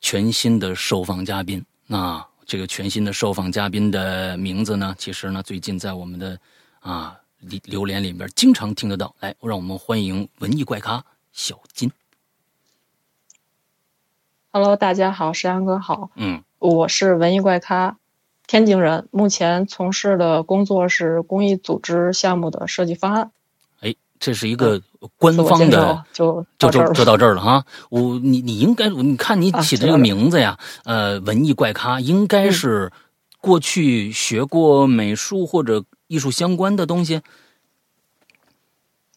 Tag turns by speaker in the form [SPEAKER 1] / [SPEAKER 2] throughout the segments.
[SPEAKER 1] 全新的受访嘉宾。那这个全新的受访嘉宾的名字呢，其实呢，最近在我们的啊榴榴莲里边经常听得到。来，让我们欢迎文艺怪咖小金。
[SPEAKER 2] Hello，大家好，石阳哥好，
[SPEAKER 1] 嗯
[SPEAKER 2] 我是文艺怪咖，天津人，目前从事的工作是公益组织项目的设计方案。
[SPEAKER 1] 这是一个官方
[SPEAKER 2] 嗯自我介
[SPEAKER 1] 的、
[SPEAKER 2] 绍就
[SPEAKER 1] 就
[SPEAKER 2] 到这
[SPEAKER 1] 就
[SPEAKER 2] 儿了
[SPEAKER 1] 就到这儿了哈。我你你应该，你看你起的这个名字
[SPEAKER 2] 啊
[SPEAKER 1] 呀，呃，文艺怪咖应该是
[SPEAKER 2] 嗯
[SPEAKER 1] 过去学过美术或者艺术相关的东西。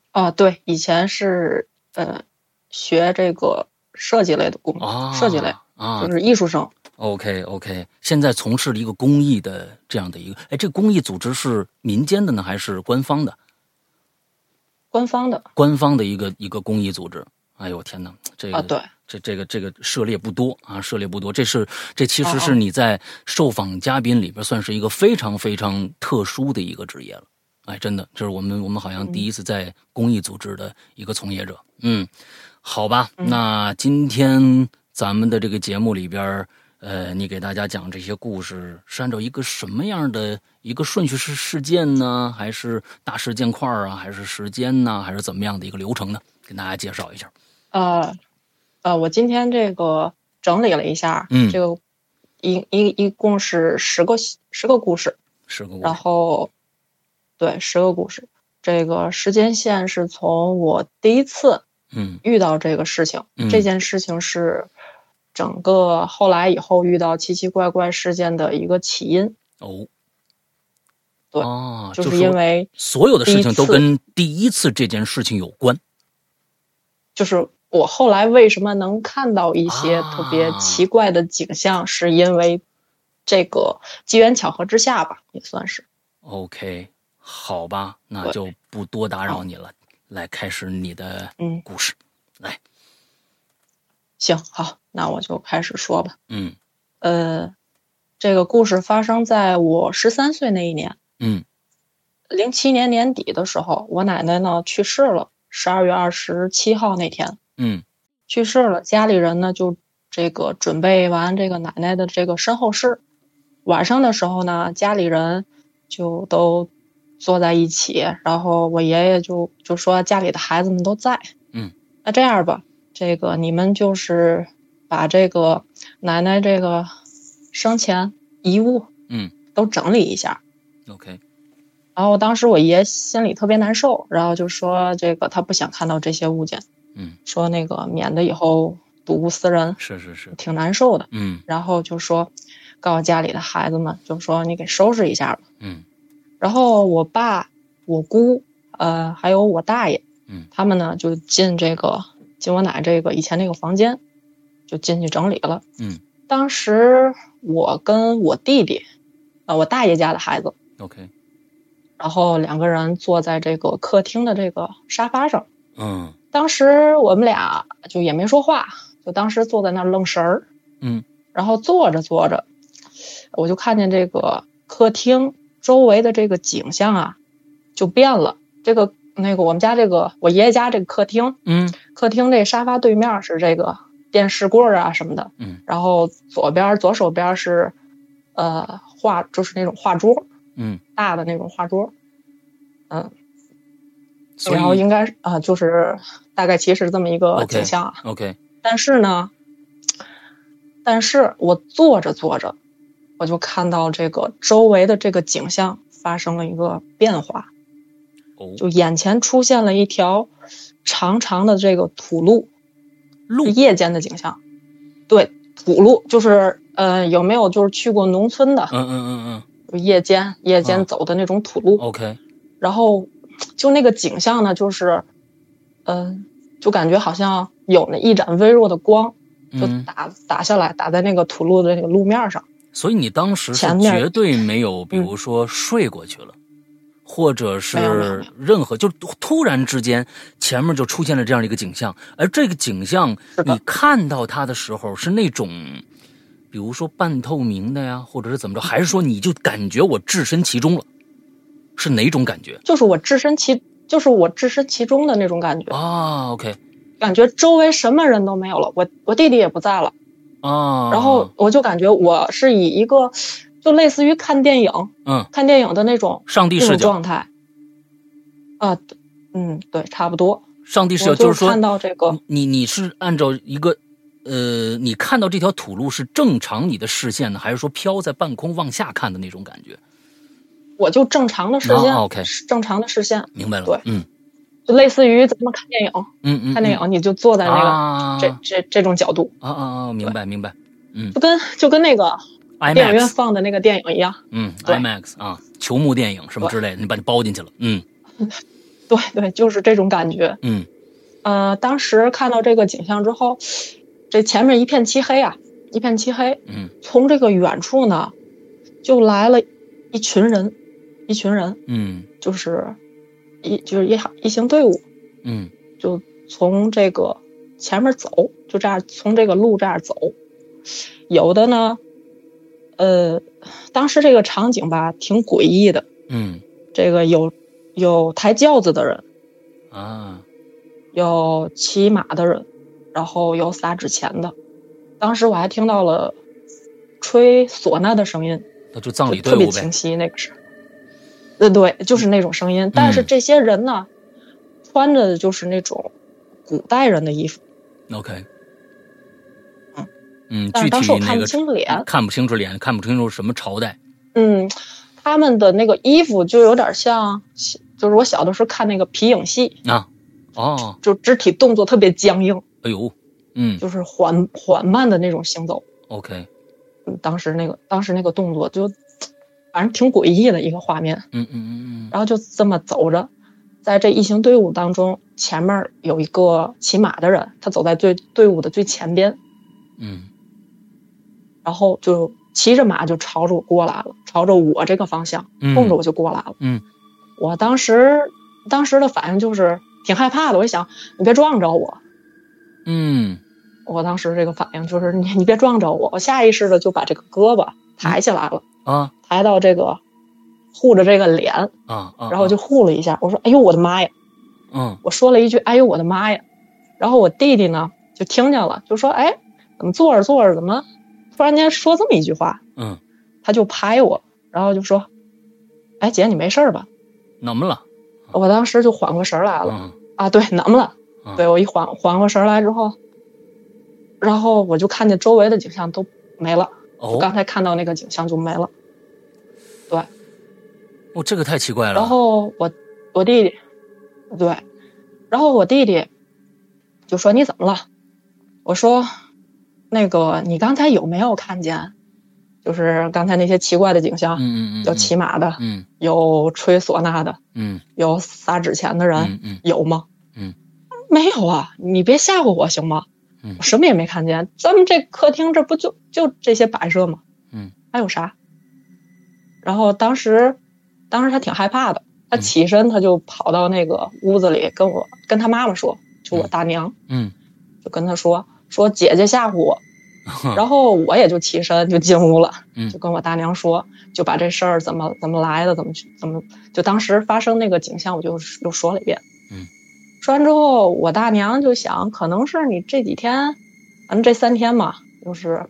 [SPEAKER 2] 啊，对，以前是呃学这个设计类的工作，
[SPEAKER 1] 啊，
[SPEAKER 2] 设计类
[SPEAKER 1] 啊
[SPEAKER 2] 就是艺术生。
[SPEAKER 1] ，OK OK，现在从事了一个公益的这样的一个，哎，这公益组织是民间的呢，还是官方的？
[SPEAKER 2] 官方的
[SPEAKER 1] 官方的一个一个公益组织。哎呦天哪，这个、
[SPEAKER 2] 啊，对，
[SPEAKER 1] 这这个这个涉猎不多啊，涉猎不多。这是这其实
[SPEAKER 2] 哦哦
[SPEAKER 1] 是你在受访嘉宾里边算是一个非常非常特殊的一个职业了。哎，真的，这是我们我们好像
[SPEAKER 2] 嗯
[SPEAKER 1] 第一次在公益组织的一个从业者。嗯，好吧，
[SPEAKER 2] 嗯
[SPEAKER 1] 那今天咱们的这个节目里边，呃，你给大家讲这些故事是按照一个什么样的一个顺序？是事件呢，还是大事件块儿啊，还是时间呢，还是怎么样的一个流程呢？跟大家介绍一下。
[SPEAKER 2] 呃呃，我今天这个整理了一下，
[SPEAKER 1] 嗯
[SPEAKER 2] 这个一一一共是十个十个故事，
[SPEAKER 1] 是个我
[SPEAKER 2] 然后，对，十个故事，这个时间线是从我第一次
[SPEAKER 1] 嗯
[SPEAKER 2] 遇到这个事情，
[SPEAKER 1] 嗯
[SPEAKER 2] 这件事情是整个后来以后遇到奇奇怪怪事件的一个起因，
[SPEAKER 1] 哦，
[SPEAKER 2] 对
[SPEAKER 1] 啊，
[SPEAKER 2] 就是是因为
[SPEAKER 1] 所有的事
[SPEAKER 2] 第
[SPEAKER 1] 情
[SPEAKER 2] 一
[SPEAKER 1] 都
[SPEAKER 2] 次
[SPEAKER 1] 跟第一次这件事情有关。
[SPEAKER 2] 就是我后来为什么能看到一些
[SPEAKER 1] 啊
[SPEAKER 2] 特别奇怪的景象，是因为这个机缘巧合之下吧，也算是
[SPEAKER 1] OK，好吧，那
[SPEAKER 2] 对
[SPEAKER 1] 就不多打扰你了，来开始你的
[SPEAKER 2] 嗯
[SPEAKER 1] 故事。
[SPEAKER 2] 行，好，那我就开始说吧，
[SPEAKER 1] 嗯
[SPEAKER 2] 呃。这个故事发生在我十三岁那一年，
[SPEAKER 1] 嗯
[SPEAKER 2] 零七年年底的时候，我奶奶呢去世了，十二月二十七号那天
[SPEAKER 1] 嗯
[SPEAKER 2] 去世了。家里人呢就这个准备完这个奶奶的这个身后事，晚上的时候呢，家里人就都坐在一起，然后我爷爷就就说家里的孩子们都在，
[SPEAKER 1] 嗯，
[SPEAKER 2] 那这样吧，这个你们就是把这个奶奶这个生前遗物，
[SPEAKER 1] 嗯，
[SPEAKER 2] 都整理一下，
[SPEAKER 1] ，OK，
[SPEAKER 2] 然后当时我爷心里特别难受，然后就说这个他不想看到这些物件，
[SPEAKER 1] 嗯，
[SPEAKER 2] 说那个免得以后睹物思人，
[SPEAKER 1] 是是是，
[SPEAKER 2] 挺难受的。
[SPEAKER 1] 嗯
[SPEAKER 2] 然后就说告诉家里的孩子们，就说你给收拾一下吧。
[SPEAKER 1] 嗯
[SPEAKER 2] 然后我爸、我姑，呃，还有我大爷，
[SPEAKER 1] 嗯
[SPEAKER 2] 他们呢就进这个进我奶这个以前那个房间，就进去整理了。
[SPEAKER 1] 嗯，
[SPEAKER 2] 当时我跟我弟弟，呃，我大爷家的孩子，
[SPEAKER 1] ，OK，
[SPEAKER 2] 然后两个人坐在这个客厅的这个沙发上。
[SPEAKER 1] 嗯
[SPEAKER 2] 当时我们俩就也没说话，就当时坐在那儿愣神儿。
[SPEAKER 1] 嗯，
[SPEAKER 2] 然后坐着坐着，我就看见这个客厅周围的这个景象啊，就变了。这个那个我们家这个我爷爷家这个客厅，
[SPEAKER 1] 嗯
[SPEAKER 2] 客厅这沙发对面是这个电视柜儿啊什么的，
[SPEAKER 1] 嗯，
[SPEAKER 2] 然后左边左手边是，呃，画就是那种画桌，
[SPEAKER 1] 嗯，
[SPEAKER 2] 大的那种画桌，
[SPEAKER 1] 所
[SPEAKER 2] 然后
[SPEAKER 1] 以
[SPEAKER 2] 应该是啊、就是大概其实这么一个
[SPEAKER 1] OK
[SPEAKER 2] 景象啊。
[SPEAKER 1] OK，
[SPEAKER 2] 但是呢，但是我坐着坐着，我就看到这个周围的这个景象发生了一个变化，
[SPEAKER 1] 哦，
[SPEAKER 2] 就眼前出现了一条长长的这个土路，
[SPEAKER 1] 路
[SPEAKER 2] 是夜间的景象。对，土路就是呃，有没有就是去过农村的，
[SPEAKER 1] 嗯嗯嗯嗯
[SPEAKER 2] 就夜间夜
[SPEAKER 1] 啊
[SPEAKER 2] 间走的那种土路？
[SPEAKER 1] ，OK，
[SPEAKER 2] 然后就那个景象呢，就是，嗯、就感觉好像有那一盏微弱的光，就
[SPEAKER 1] 嗯，
[SPEAKER 2] 打、打下来，打在那个土路的那个路面上。
[SPEAKER 1] 所以你当时是
[SPEAKER 2] 前面
[SPEAKER 1] 绝对没有，比
[SPEAKER 2] 嗯
[SPEAKER 1] 如说睡过去了。或者
[SPEAKER 2] 没有没有
[SPEAKER 1] 是
[SPEAKER 2] 没有
[SPEAKER 1] 任何，就是突然之间，前面就出现了这样的一个景象，而这个景象，
[SPEAKER 2] 是的
[SPEAKER 1] 你看到它的时候是那种，比如说半透明的呀，或者是怎么着，还是说你就感觉我置身其中了，是哪种感觉
[SPEAKER 2] 就是我置身其，就是我置身其中
[SPEAKER 1] 哦
[SPEAKER 2] 的那种感觉，
[SPEAKER 1] 啊？OK，
[SPEAKER 2] 感觉周围什么人都没有了，我我弟弟也不在了，
[SPEAKER 1] 啊，
[SPEAKER 2] 然后我就感觉我是以一个就类似于看电影、
[SPEAKER 1] 嗯，
[SPEAKER 2] 看电影的那种
[SPEAKER 1] 上帝
[SPEAKER 2] 那
[SPEAKER 1] 视
[SPEAKER 2] 种
[SPEAKER 1] 角，
[SPEAKER 2] 状态啊，对嗯，对，差不多。
[SPEAKER 1] 上帝视角
[SPEAKER 2] 我就是
[SPEAKER 1] 说
[SPEAKER 2] 看到这个，
[SPEAKER 1] 你你是按照一个，呃，你看到这条土路是正常你的视线呢，还是说飘在半空往下看的那种感觉？
[SPEAKER 2] 我就正常的视线
[SPEAKER 1] 啊，OK
[SPEAKER 2] 是正常的视线，
[SPEAKER 1] 明白了，
[SPEAKER 2] 对
[SPEAKER 1] 嗯
[SPEAKER 2] 就类似于咱们看电影，
[SPEAKER 1] 嗯嗯，
[SPEAKER 2] 看电
[SPEAKER 1] 嗯
[SPEAKER 2] 影你就坐在那个、
[SPEAKER 1] 啊
[SPEAKER 2] 这这这种角度，
[SPEAKER 1] 啊啊啊，明白明白
[SPEAKER 2] 就跟就跟那个电影院
[SPEAKER 1] ，IMAX，
[SPEAKER 2] 放的那个电影一样，
[SPEAKER 1] 嗯
[SPEAKER 2] 对
[SPEAKER 1] ，IMAX 啊，球幕电影什么之类的，你把你包进去了，嗯
[SPEAKER 2] 对对，就是这种感觉。
[SPEAKER 1] 嗯
[SPEAKER 2] 呃，当时看到这个景象之后，这前面一片漆黑啊，一片漆黑，
[SPEAKER 1] 嗯
[SPEAKER 2] 从这个远处呢，就来了一群人，一群人
[SPEAKER 1] 嗯
[SPEAKER 2] 就是一就是一行一行队伍，
[SPEAKER 1] 嗯
[SPEAKER 2] 就从这个前面走，就这样从这个路这样走。有的呢，呃，当时这个场景吧挺诡异的，
[SPEAKER 1] 嗯
[SPEAKER 2] 这个有有抬轿子的人，
[SPEAKER 1] 啊
[SPEAKER 2] 有骑马的人，然后有撒纸钱的。当时我还听到了吹唢呐的声音，
[SPEAKER 1] 那就葬礼
[SPEAKER 2] 就特
[SPEAKER 1] 队
[SPEAKER 2] 别
[SPEAKER 1] 伍呗
[SPEAKER 2] 清，晰，那个是，呃，对，就是那种声
[SPEAKER 1] 嗯
[SPEAKER 2] 音。但是这些人呢，穿着的就是那种古代人的衣服，
[SPEAKER 1] OK，
[SPEAKER 2] 嗯
[SPEAKER 1] 嗯，
[SPEAKER 2] 但
[SPEAKER 1] 具
[SPEAKER 2] 是当时我
[SPEAKER 1] 体那
[SPEAKER 2] 看不
[SPEAKER 1] 个
[SPEAKER 2] 清脸。
[SPEAKER 1] 看不清楚脸，看不清楚什么朝代。
[SPEAKER 2] 嗯，他们的那个衣服就有点像，就是我小的时候看那个皮影戏，
[SPEAKER 1] 啊，哦，
[SPEAKER 2] 就肢体动作特别僵硬，
[SPEAKER 1] 哎呦，嗯
[SPEAKER 2] 就是缓缓慢的那种行走。
[SPEAKER 1] ，OK，
[SPEAKER 2] 嗯当时那个当时那个动作就，反正挺诡异的一个画面。
[SPEAKER 1] 嗯嗯嗯嗯
[SPEAKER 2] 然后就这么走着，在这一行队伍当中，前面有一个骑马的人，他走在最队伍的最前边，
[SPEAKER 1] 嗯
[SPEAKER 2] 然后就骑着马就朝着我过来了，朝着我这个方向
[SPEAKER 1] 嗯，
[SPEAKER 2] 冲着我就过来了。
[SPEAKER 1] 嗯
[SPEAKER 2] 我当时当时的反应就是挺害怕的，我就想你别撞着我。
[SPEAKER 1] 嗯
[SPEAKER 2] 我当时这个反应就是你你别撞着我，我下意识的就把这个胳膊抬起来了，
[SPEAKER 1] 啊
[SPEAKER 2] 抬到这个护着这个脸，
[SPEAKER 1] 啊啊，
[SPEAKER 2] 然后我就护了一下，我说哎呦我的妈呀！
[SPEAKER 1] 嗯
[SPEAKER 2] 我说了一句：“哎呦，我的妈呀！”然后我弟弟呢就听见了，就说：“哎，怎么坐着坐着，怎么突然间说这么一句话
[SPEAKER 1] 嗯，？”
[SPEAKER 2] 他就拍我，然后就说：“哎，姐，你没事儿吧
[SPEAKER 1] 怎么了？？”
[SPEAKER 2] 我当时就缓过神儿来了
[SPEAKER 1] 嗯
[SPEAKER 2] 啊，对，能了
[SPEAKER 1] 嗯。
[SPEAKER 2] 对我一缓缓过神儿来之后，然后我就看见周围的景象都没了，我刚
[SPEAKER 1] 哦，啊
[SPEAKER 2] 才看到那个景象就没了。
[SPEAKER 1] 哦，这个太奇怪了。
[SPEAKER 2] 然后我我弟弟，对，然后我弟弟就说你怎么了？我说那个你刚才有没有看见？就是刚才那些奇怪的景象，
[SPEAKER 1] 嗯嗯嗯，
[SPEAKER 2] 有骑马的，
[SPEAKER 1] 嗯
[SPEAKER 2] 有吹唢呐的，
[SPEAKER 1] 嗯
[SPEAKER 2] 有撒纸钱的人，
[SPEAKER 1] 嗯嗯
[SPEAKER 2] 有吗？
[SPEAKER 1] 嗯，
[SPEAKER 2] 没有啊，你别吓唬我行吗？
[SPEAKER 1] 嗯
[SPEAKER 2] 我什么也没看见，咱们这客厅这不就就这些摆设吗？
[SPEAKER 1] 嗯，
[SPEAKER 2] 还有啥？然后当时，当时他挺害怕的，他
[SPEAKER 1] 嗯
[SPEAKER 2] 起身他就跑到那个屋子里跟我跟他妈妈说，就我大娘、
[SPEAKER 1] 嗯
[SPEAKER 2] 就跟他说说姐姐吓唬我，
[SPEAKER 1] 嗯，
[SPEAKER 2] 然后我也就起身就进屋了，
[SPEAKER 1] 嗯
[SPEAKER 2] 就跟我大娘说，就把这事儿怎么怎么来的，怎么去怎么，就当时发生那个景象，我就又说了一遍。
[SPEAKER 1] 嗯，
[SPEAKER 2] 说完之后，我大娘就想，可能是你这几天，咱们这三天嘛，就是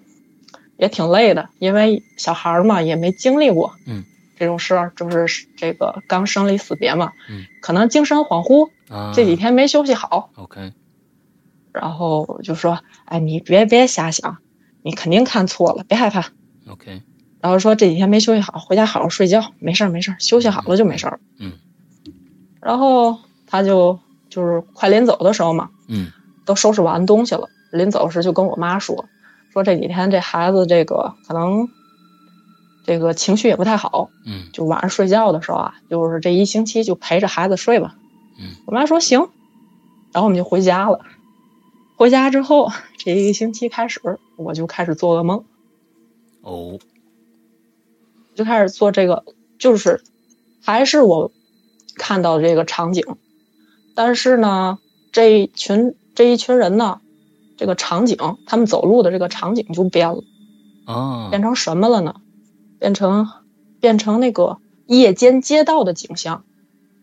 [SPEAKER 2] 也挺累的，因为小孩儿嘛也没经历过，
[SPEAKER 1] 嗯，
[SPEAKER 2] 这种事儿就是这个刚生离死别嘛，
[SPEAKER 1] 嗯，
[SPEAKER 2] 可能精神恍惚，
[SPEAKER 1] 后
[SPEAKER 2] 这几天没休息好，
[SPEAKER 1] OK，
[SPEAKER 2] 然后我就说：“哎，你别别瞎想，你肯定看错了，别害怕。
[SPEAKER 1] OK，”
[SPEAKER 2] 然后说这几天没休息好，回家好好睡觉，没事儿没事儿，休息好了就没事儿。
[SPEAKER 1] 嗯。
[SPEAKER 2] 然后他就就是快临走的时候嘛，
[SPEAKER 1] 嗯
[SPEAKER 2] 都收拾完东西了，临走时就跟我妈说，说这几天这孩子这个可能这个情绪也不太好，
[SPEAKER 1] 嗯
[SPEAKER 2] 就晚上睡觉的时候啊，就是这一星期就陪着孩子睡吧。
[SPEAKER 1] 嗯，
[SPEAKER 2] 我妈说行，然后我们就回家了。回家之后，这一个星期开始，我就开始做噩梦，
[SPEAKER 1] 哦
[SPEAKER 2] 就开始做这个，就是还是我看到这个场景，但是呢，这一群这一群人呢，这个场景，他们走路的这个场景就变了，
[SPEAKER 1] 啊
[SPEAKER 2] 变成什么了呢？变成变成那个夜间街道的景象。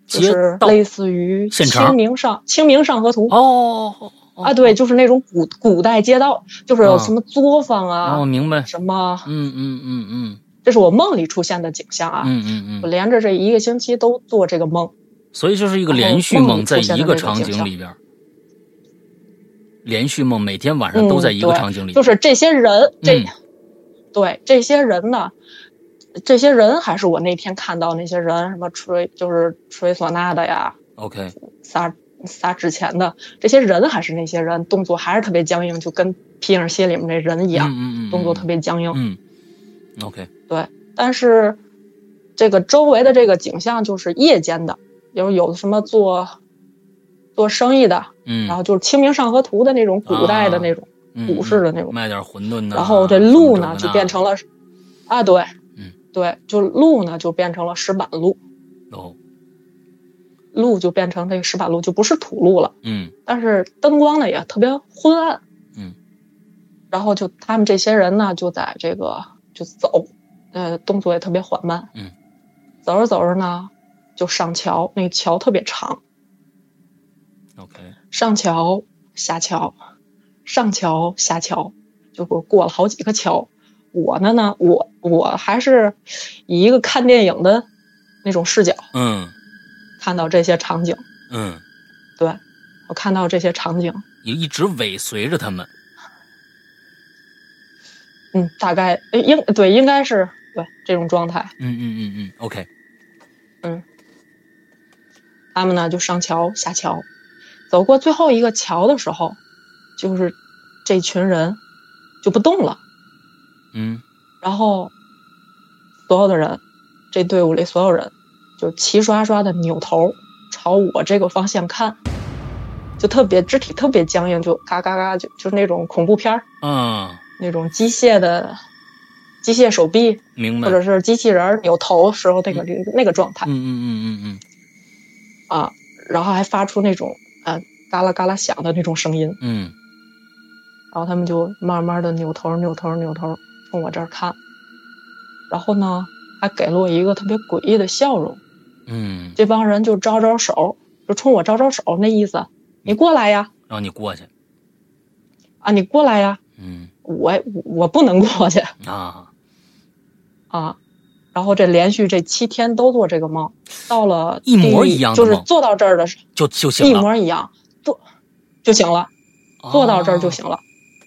[SPEAKER 2] 就
[SPEAKER 1] 街
[SPEAKER 2] 是
[SPEAKER 1] 道
[SPEAKER 2] 类似于《
[SPEAKER 1] 现成
[SPEAKER 2] 清明上清明上河图》
[SPEAKER 1] 哦哦
[SPEAKER 2] 啊，对，就是那种古古代街道，就是有
[SPEAKER 1] 啊
[SPEAKER 2] 什么作坊啊，
[SPEAKER 1] 哦，明白，
[SPEAKER 2] 什么，
[SPEAKER 1] 嗯嗯嗯嗯
[SPEAKER 2] 这是我梦里出现的景象啊。
[SPEAKER 1] 嗯嗯
[SPEAKER 2] 我
[SPEAKER 1] 嗯，
[SPEAKER 2] 连着这一个星期都做这个梦，
[SPEAKER 1] 所以就是一个
[SPEAKER 2] 然后
[SPEAKER 1] 连续
[SPEAKER 2] 梦
[SPEAKER 1] 梦，
[SPEAKER 2] 里
[SPEAKER 1] 在
[SPEAKER 2] 出现
[SPEAKER 1] 一
[SPEAKER 2] 的
[SPEAKER 1] 个
[SPEAKER 2] 那个
[SPEAKER 1] 场
[SPEAKER 2] 景
[SPEAKER 1] 景
[SPEAKER 2] 象
[SPEAKER 1] 里边儿，连续梦每天晚上都
[SPEAKER 2] 嗯
[SPEAKER 1] 在一个
[SPEAKER 2] 对
[SPEAKER 1] 场景里边儿，
[SPEAKER 2] 就是这些人，这、
[SPEAKER 1] 嗯
[SPEAKER 2] 对这些人呢，这些人还是我那天看到那些人，什么吹就是吹唢呐的呀，
[SPEAKER 1] OK，
[SPEAKER 2] 仨仨之前的这些人还是那些人，动作还是特别僵硬，就跟《皮影戏》里面那人一样，
[SPEAKER 1] 嗯嗯嗯，
[SPEAKER 2] 动作特
[SPEAKER 1] 别，
[SPEAKER 2] 别僵硬。
[SPEAKER 1] 嗯，OK，
[SPEAKER 2] 但是这个周围的这个景象就是夜间的，有有什么做做生意的，
[SPEAKER 1] 嗯，
[SPEAKER 2] 然后就是《清明上河图》的那种古代的
[SPEAKER 1] 啊
[SPEAKER 2] 那种，
[SPEAKER 1] 嗯
[SPEAKER 2] 股
[SPEAKER 1] 嗯
[SPEAKER 2] 市的那种
[SPEAKER 1] 卖点馄饨呢，
[SPEAKER 2] 然后这
[SPEAKER 1] 什么
[SPEAKER 2] 路
[SPEAKER 1] 这
[SPEAKER 2] 呢
[SPEAKER 1] 个
[SPEAKER 2] 就
[SPEAKER 1] 那
[SPEAKER 2] 变
[SPEAKER 1] 的
[SPEAKER 2] 成了，啊对，
[SPEAKER 1] 嗯
[SPEAKER 2] 对，就路呢就变成了石板路，
[SPEAKER 1] 哦，
[SPEAKER 2] 路就变成这个石板路，就不是土路了。
[SPEAKER 1] 嗯
[SPEAKER 2] 但是灯光呢也特别昏暗，
[SPEAKER 1] 嗯，
[SPEAKER 2] 然后就他们这些人呢就在这个就走，呃，动作也特别缓慢，
[SPEAKER 1] 嗯，
[SPEAKER 2] 走着走着呢就上桥，那个桥特别长，
[SPEAKER 1] ，OK，
[SPEAKER 2] 上桥下桥，上桥下桥，就过过了好几个桥。我呢呢，我我还是以一个看电影的那种视角
[SPEAKER 1] 嗯
[SPEAKER 2] 看到这些场景，
[SPEAKER 1] 嗯，
[SPEAKER 2] 对我看到这些场景，
[SPEAKER 1] 也一直尾随着他们，
[SPEAKER 2] 嗯，大概呃应对应该是对这种状态。
[SPEAKER 1] 嗯嗯嗯嗯，OK，
[SPEAKER 2] 他们呢就上桥下桥，走过最后一个桥的时候，就是这群人就不动了，
[SPEAKER 1] 嗯
[SPEAKER 2] 然后所有的人，这队伍里所有人就齐刷刷的扭头朝我这个方向看，就特别肢体特别僵硬，就嘎嘎嘎，就就是那种恐怖片儿
[SPEAKER 1] 啊，
[SPEAKER 2] 那种机械的机械手臂
[SPEAKER 1] 明白
[SPEAKER 2] 或，者是机器人儿扭头时候那个、那个状态
[SPEAKER 1] 嗯嗯嗯嗯
[SPEAKER 2] 啊，然后还发出那种啊嘎啦嘎啦响的那种声音，
[SPEAKER 1] 嗯
[SPEAKER 2] 然后他们就慢慢的扭头扭头扭头冲我这儿看，然后呢还给了我一个特别诡异的笑容。
[SPEAKER 1] 嗯嗯，
[SPEAKER 2] 这帮人就招招手，就冲我招招手，那意思，你过来呀，
[SPEAKER 1] 让你过去，
[SPEAKER 2] 啊，你过来呀，
[SPEAKER 1] 嗯
[SPEAKER 2] 我我不能过去
[SPEAKER 1] 啊，
[SPEAKER 2] 啊。然后这连续这七天都做这个梦，到了
[SPEAKER 1] 一模
[SPEAKER 2] 第
[SPEAKER 1] 一样的
[SPEAKER 2] 就是
[SPEAKER 1] 梦
[SPEAKER 2] 做到这儿的时候
[SPEAKER 1] 就就行
[SPEAKER 2] 一
[SPEAKER 1] 了，哦
[SPEAKER 2] 模一样，做就行了，做到这儿就行了。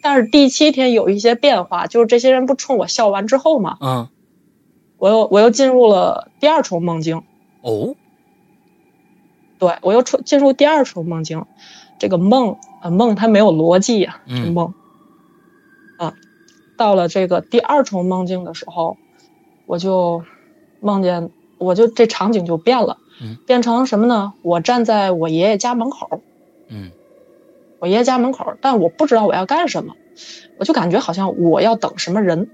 [SPEAKER 2] 但是第七天有一些变化，就是这些人不冲我笑完之后嘛，
[SPEAKER 1] 啊，
[SPEAKER 2] 我又我又进入了第二重梦境，
[SPEAKER 1] 嗯哦，
[SPEAKER 2] 对我又出进入第二重梦境，这个梦啊梦它没有逻辑呀、这
[SPEAKER 1] 嗯
[SPEAKER 2] 梦。啊，到了这个第二重梦境的时候，我就梦见，我就这场景就变了，
[SPEAKER 1] 嗯
[SPEAKER 2] 变成什么呢？我站在我爷爷家门口，
[SPEAKER 1] 嗯
[SPEAKER 2] 我爷爷家门口，但我不知道我要干什么，我就感觉好像我要等什么人，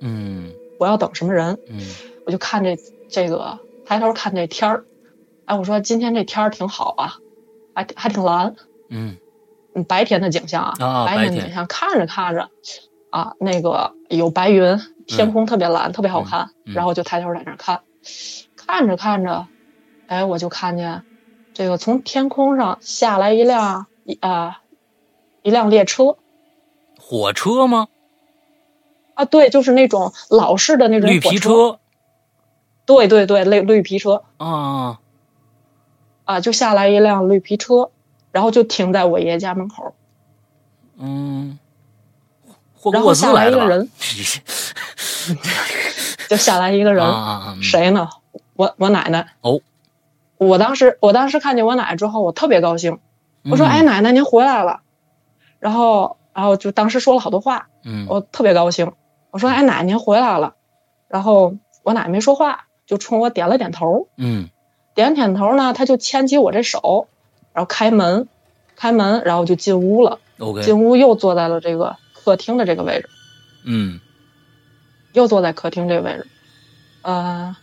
[SPEAKER 1] 嗯
[SPEAKER 2] 我要等什么人，
[SPEAKER 1] 嗯
[SPEAKER 2] 我就看这这个抬头看这天儿，哎，我说今天这天儿挺好啊，还还挺蓝，
[SPEAKER 1] 嗯
[SPEAKER 2] 嗯，白天的景象啊，
[SPEAKER 1] 啊白
[SPEAKER 2] 白天的
[SPEAKER 1] 天
[SPEAKER 2] 景象看着看着，啊，那个有白云，天空特别蓝，特别好看，
[SPEAKER 1] 嗯
[SPEAKER 2] 然后就抬头在那儿看，看着看着，哎，我就看见这个从天空上下来一辆一啊、一辆列车
[SPEAKER 1] 火车吗？
[SPEAKER 2] 啊，对，就是那种老式的那种
[SPEAKER 1] 绿
[SPEAKER 2] 火
[SPEAKER 1] 皮
[SPEAKER 2] 车，
[SPEAKER 1] 车
[SPEAKER 2] 对对对，绿绿皮车
[SPEAKER 1] 啊，
[SPEAKER 2] 啊，就下来一辆绿皮车，然后就停在我爷爷家门口，
[SPEAKER 1] 嗯，霍
[SPEAKER 2] 然
[SPEAKER 1] 格
[SPEAKER 2] 后
[SPEAKER 1] 沃兹
[SPEAKER 2] 下来
[SPEAKER 1] 来
[SPEAKER 2] 一
[SPEAKER 1] 的吧
[SPEAKER 2] 个？人，就下来一个人，
[SPEAKER 1] 啊啊啊！嗯？
[SPEAKER 2] 谁呢？我我奶奶。
[SPEAKER 1] 哦，
[SPEAKER 2] 我当时我当时看见我奶奶之后，我特别高兴，我说：“
[SPEAKER 1] 嗯
[SPEAKER 2] 哎，，奶奶您回来了。”然后然后就当时说了好多话，
[SPEAKER 1] 嗯
[SPEAKER 2] 我特别高兴。我说：“哎，奶奶您回来了。”然后我奶奶没说话，就冲我点了点头，
[SPEAKER 1] 嗯
[SPEAKER 2] 点了点头呢，她就牵起我这手，然后开门，开门，然后就进屋了。
[SPEAKER 1] ，OK，
[SPEAKER 2] 进屋又坐在了这个客厅的这个位置。
[SPEAKER 1] 嗯
[SPEAKER 2] 又坐在客厅这个位置，呃，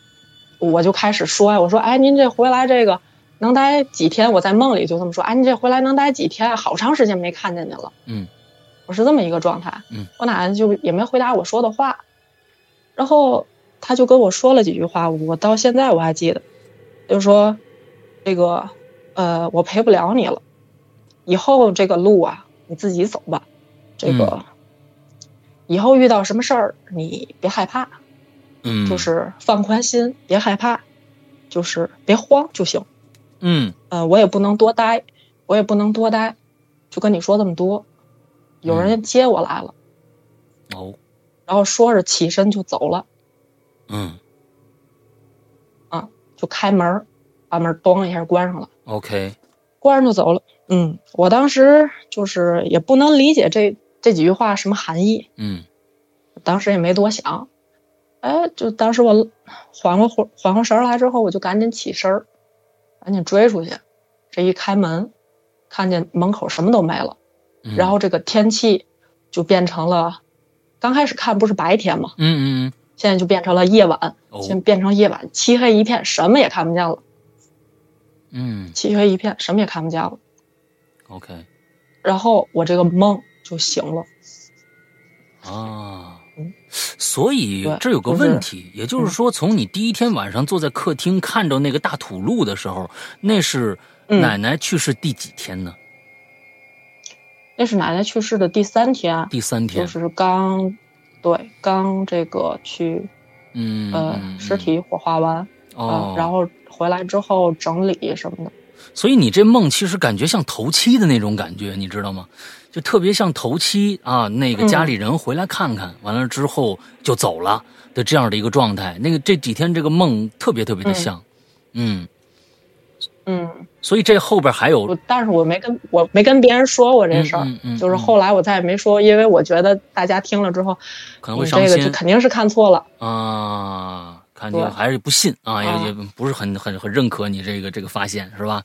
[SPEAKER 2] 我就开始说呀，我说，哎，您这回来这个能待几天？我在梦里就这么说，哎，您这回来能待几天？啊好长时间没看见您了。
[SPEAKER 1] 嗯，
[SPEAKER 2] 我是这么一个状态。
[SPEAKER 1] 嗯，
[SPEAKER 2] 我奶奶就也没回答我说的话，然后她就跟我说了几句话，我到现在我还记得，就说这个，呃，我陪不了你了，以后这个路啊，你自己走吧。这个、以后遇到什么事儿，你别害怕，
[SPEAKER 1] 嗯，
[SPEAKER 2] 就是放宽心，别害怕，就是别慌就行。
[SPEAKER 1] 嗯
[SPEAKER 2] 呃，我也不能多待，我也不能多待，就跟你说这么多。有人接我来了，
[SPEAKER 1] 哦
[SPEAKER 2] 然后说着起身就走了，
[SPEAKER 1] 嗯
[SPEAKER 2] 就开门儿，把门儿咚一下关上了。
[SPEAKER 1] ，OK，
[SPEAKER 2] 关上就走了。嗯，我当时就是也不能理解这这几句话什么含义，
[SPEAKER 1] 嗯
[SPEAKER 2] 当时也没多想。哎，就当时我缓过缓缓过神儿来之后，我就赶紧起身儿，赶紧追出去。这一开门，看见门口什么都没了，
[SPEAKER 1] 嗯，
[SPEAKER 2] 然后这个天气就变成了，刚开始看不是白天嘛，
[SPEAKER 1] 嗯嗯嗯，
[SPEAKER 2] 现在就变成了夜晚，现在
[SPEAKER 1] 哦，
[SPEAKER 2] 变成夜晚，漆黑一片，什么也看不见了，
[SPEAKER 1] 嗯
[SPEAKER 2] 漆黑一片，什么也看不见了。
[SPEAKER 1] ，OK，
[SPEAKER 2] 然后我这个梦就醒了。
[SPEAKER 1] 啊
[SPEAKER 2] 嗯，
[SPEAKER 1] 所以
[SPEAKER 2] 对
[SPEAKER 1] 这有个
[SPEAKER 2] 就是嗯
[SPEAKER 1] 问题，也就是说，从你第一天晚上坐在客厅看着那个大土路的时候，那是
[SPEAKER 2] 嗯
[SPEAKER 1] 奶奶去世第几天呢？
[SPEAKER 2] 那是奶奶去世的第三天，
[SPEAKER 1] 第三
[SPEAKER 2] 就
[SPEAKER 1] 天，
[SPEAKER 2] 是刚，对，刚这个去
[SPEAKER 1] 嗯，
[SPEAKER 2] 呃
[SPEAKER 1] 嗯
[SPEAKER 2] 尸体火化完啊
[SPEAKER 1] 哦，，
[SPEAKER 2] 然后回来之后整理什么的，
[SPEAKER 1] 所以你这梦其实感觉像头七的那种感觉，你知道吗？就特别像头七啊，那个家里人回来看看，完了之后就走了的这样的一个状态。那个这几天这个梦特别特别的像，嗯
[SPEAKER 2] 嗯，
[SPEAKER 1] 所以这后边还有
[SPEAKER 2] 我但是我没跟我没跟别人说过这事儿，
[SPEAKER 1] 哦嗯嗯嗯
[SPEAKER 2] 就是后来我再也没说，因为我觉得大家听了之后，
[SPEAKER 1] 可能
[SPEAKER 2] 你
[SPEAKER 1] 会伤
[SPEAKER 2] 这个
[SPEAKER 1] 心
[SPEAKER 2] 就肯定是看错了，
[SPEAKER 1] 啊，看你
[SPEAKER 2] 对
[SPEAKER 1] 还是不信啊，
[SPEAKER 2] 啊
[SPEAKER 1] 也也不是很很很认可你这个这个发现是吧？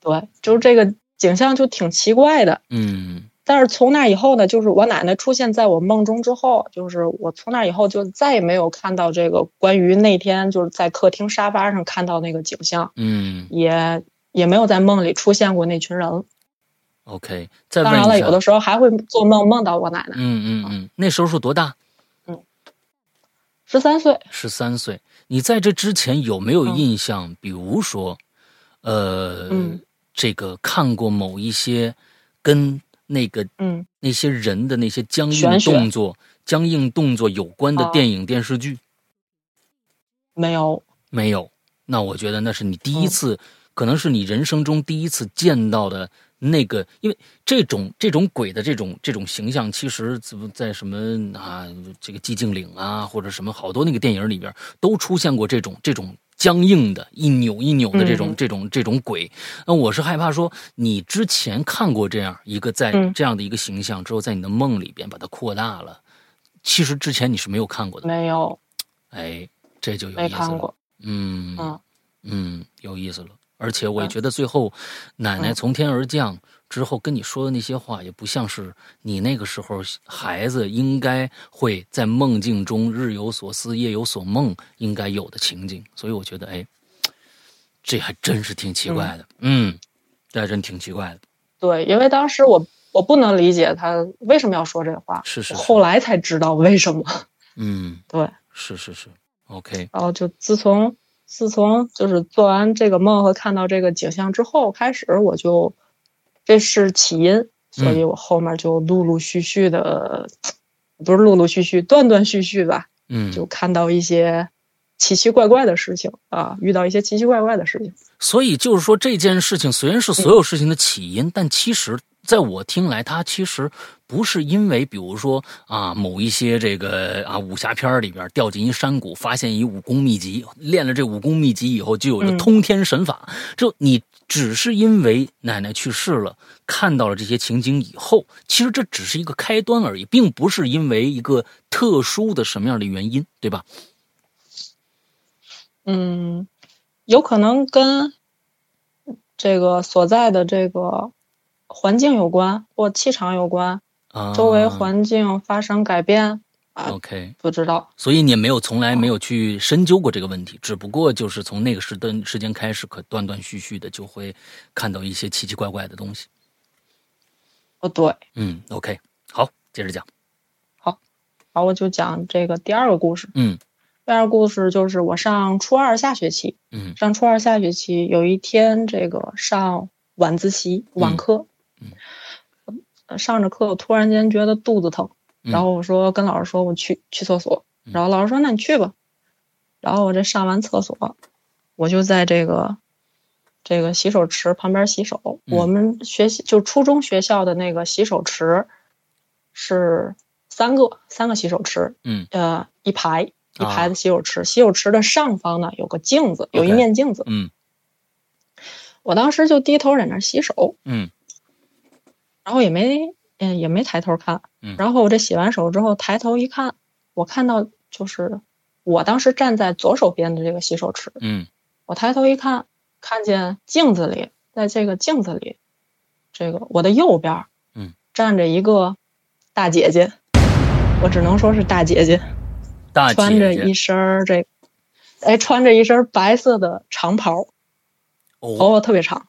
[SPEAKER 2] 对，就是这个景象就挺奇怪的。
[SPEAKER 1] 嗯
[SPEAKER 2] 但是从那以后呢，就是我奶奶出现在我梦中之后，就是我从那以后就再也没有看到这个关于那天就是在客厅沙发上看到那个景象，
[SPEAKER 1] 嗯
[SPEAKER 2] 也也没有在梦里出现过那群人。
[SPEAKER 1] ，OK，再
[SPEAKER 2] 当
[SPEAKER 1] 问
[SPEAKER 2] 然
[SPEAKER 1] 一
[SPEAKER 2] 了，
[SPEAKER 1] 下
[SPEAKER 2] 有，的时候还会做梦梦到我奶奶。
[SPEAKER 1] 嗯嗯嗯，那时候是多大？
[SPEAKER 2] 十三岁，
[SPEAKER 1] 十三岁，你在这之前有没有
[SPEAKER 2] 嗯
[SPEAKER 1] 印象？比如说，呃，
[SPEAKER 2] 嗯
[SPEAKER 1] 这个看过某一些跟那个
[SPEAKER 2] 嗯，
[SPEAKER 1] 那些人的那些僵硬
[SPEAKER 2] 玄学
[SPEAKER 1] 动作、僵硬动作有关的
[SPEAKER 2] 啊
[SPEAKER 1] 电影、电视剧？
[SPEAKER 2] 没有，
[SPEAKER 1] 没有。那我觉得那是你
[SPEAKER 2] 嗯
[SPEAKER 1] 第一次，可能是你人生中第一次见到的那个，因为这种这种鬼的这种这种形象，其实怎么在什么啊这个寂静岭啊，或者什么好多那个电影里边都出现过这种这种。僵硬的，一扭一扭的这种、
[SPEAKER 2] 嗯
[SPEAKER 1] 这种这种鬼，那我是害怕说你之前看过这样一个在
[SPEAKER 2] 嗯
[SPEAKER 1] 这样的一个形象之后，在你的梦里边把它扩大了，其实之前你是没有看过的，
[SPEAKER 2] 没有，
[SPEAKER 1] 哎，这就有意
[SPEAKER 2] 没
[SPEAKER 1] 思
[SPEAKER 2] 看
[SPEAKER 1] 了
[SPEAKER 2] 过。
[SPEAKER 1] 嗯
[SPEAKER 2] 嗯
[SPEAKER 1] 嗯，有意思了。而且我也
[SPEAKER 2] 嗯
[SPEAKER 1] 觉得最后，奶奶
[SPEAKER 2] 嗯
[SPEAKER 1] 从天而降之后跟你说的那些话，也不像是你那个时候孩子应该会在梦境中日有所思夜有所梦应该有的情景。所以我觉得，哎，这还真是挺奇怪的。嗯，这还真挺奇怪的。
[SPEAKER 2] 对，因为当时我我不能理解他为什么要说这话，
[SPEAKER 1] 是是
[SPEAKER 2] 我
[SPEAKER 1] 是
[SPEAKER 2] 后来才知道为什么。
[SPEAKER 1] 嗯，
[SPEAKER 2] 对，
[SPEAKER 1] 是是是。OK，
[SPEAKER 2] 然后就自从自从就是做完这个梦和看到这个景象之后开始，我就这是起因，所
[SPEAKER 1] 嗯
[SPEAKER 2] 以我后面就陆陆续续的，不是陆陆续续，断断续续吧，
[SPEAKER 1] 嗯，
[SPEAKER 2] 就看到一些奇奇怪怪的事情啊，遇到一些奇奇怪怪的事情。
[SPEAKER 1] 所以就是说，这件事情虽然是所有事情的起因，但其实在我听来，它其实不是因为，比如说啊，某一些这个啊武侠片里边掉进一山谷，发现一武功秘籍，练了这武功秘籍以后就有了
[SPEAKER 2] 嗯
[SPEAKER 1] 通天神法。就你只是因为奶奶去世了，看到了这些情景以后，其实这只是一个开端而已，并不是因为一个特殊的什么样的原因，对吧？
[SPEAKER 2] 嗯，有可能跟这个所在的这个环境有关，或气场有关，
[SPEAKER 1] 啊，
[SPEAKER 2] 周围环境发生改变，啊
[SPEAKER 1] OK。
[SPEAKER 2] 不知道。
[SPEAKER 1] 所以你也没有从来
[SPEAKER 2] 哦
[SPEAKER 1] 没有去深究过这个问题，只不过就是从那个时段时间开始，可断断续续的就会看到一些奇奇怪怪的东西。
[SPEAKER 2] 不哦对，
[SPEAKER 1] 嗯，OK，好，接着讲。
[SPEAKER 2] 好，我就讲这个第二个故事。
[SPEAKER 1] 嗯
[SPEAKER 2] 第二个故事就是我上初二下学期，
[SPEAKER 1] 嗯
[SPEAKER 2] 上初二下学期有一天，这个上晚自习晚课，
[SPEAKER 1] 嗯
[SPEAKER 2] 呃上着课我突然间觉得肚子疼，
[SPEAKER 1] 嗯
[SPEAKER 2] 然后我说跟老师说我去去厕所，然后老师说那你去吧，然后我这上完厕所，我就在这个这个洗手池旁边洗手。
[SPEAKER 1] 嗯
[SPEAKER 2] 我们学习就初中学校的那个洗手池是三个三个洗手池，
[SPEAKER 1] 嗯，
[SPEAKER 2] 呃，一排一
[SPEAKER 1] 啊
[SPEAKER 2] 排的洗手池，洗手池的上方呢有个镜子，有一
[SPEAKER 1] OK
[SPEAKER 2] 面镜子。
[SPEAKER 1] 嗯
[SPEAKER 2] 我当时就低头在那儿洗手，
[SPEAKER 1] 嗯
[SPEAKER 2] 然后也没嗯也没抬头看
[SPEAKER 1] 嗯，
[SPEAKER 2] 然后我这洗完手之后抬头一看，我看到就是我当时站在左手边的这个洗手池，
[SPEAKER 1] 嗯
[SPEAKER 2] 我抬头一看，看见镜子里，在这个镜子里，这个我的右边儿，
[SPEAKER 1] 嗯，
[SPEAKER 2] 站着一个大姐姐，我只能说是大姐姐，
[SPEAKER 1] 大
[SPEAKER 2] 穿着
[SPEAKER 1] 姐
[SPEAKER 2] 一
[SPEAKER 1] 姐
[SPEAKER 2] 身儿这，哎，穿着一身白色的长袍，头
[SPEAKER 1] 哦，
[SPEAKER 2] 发特别长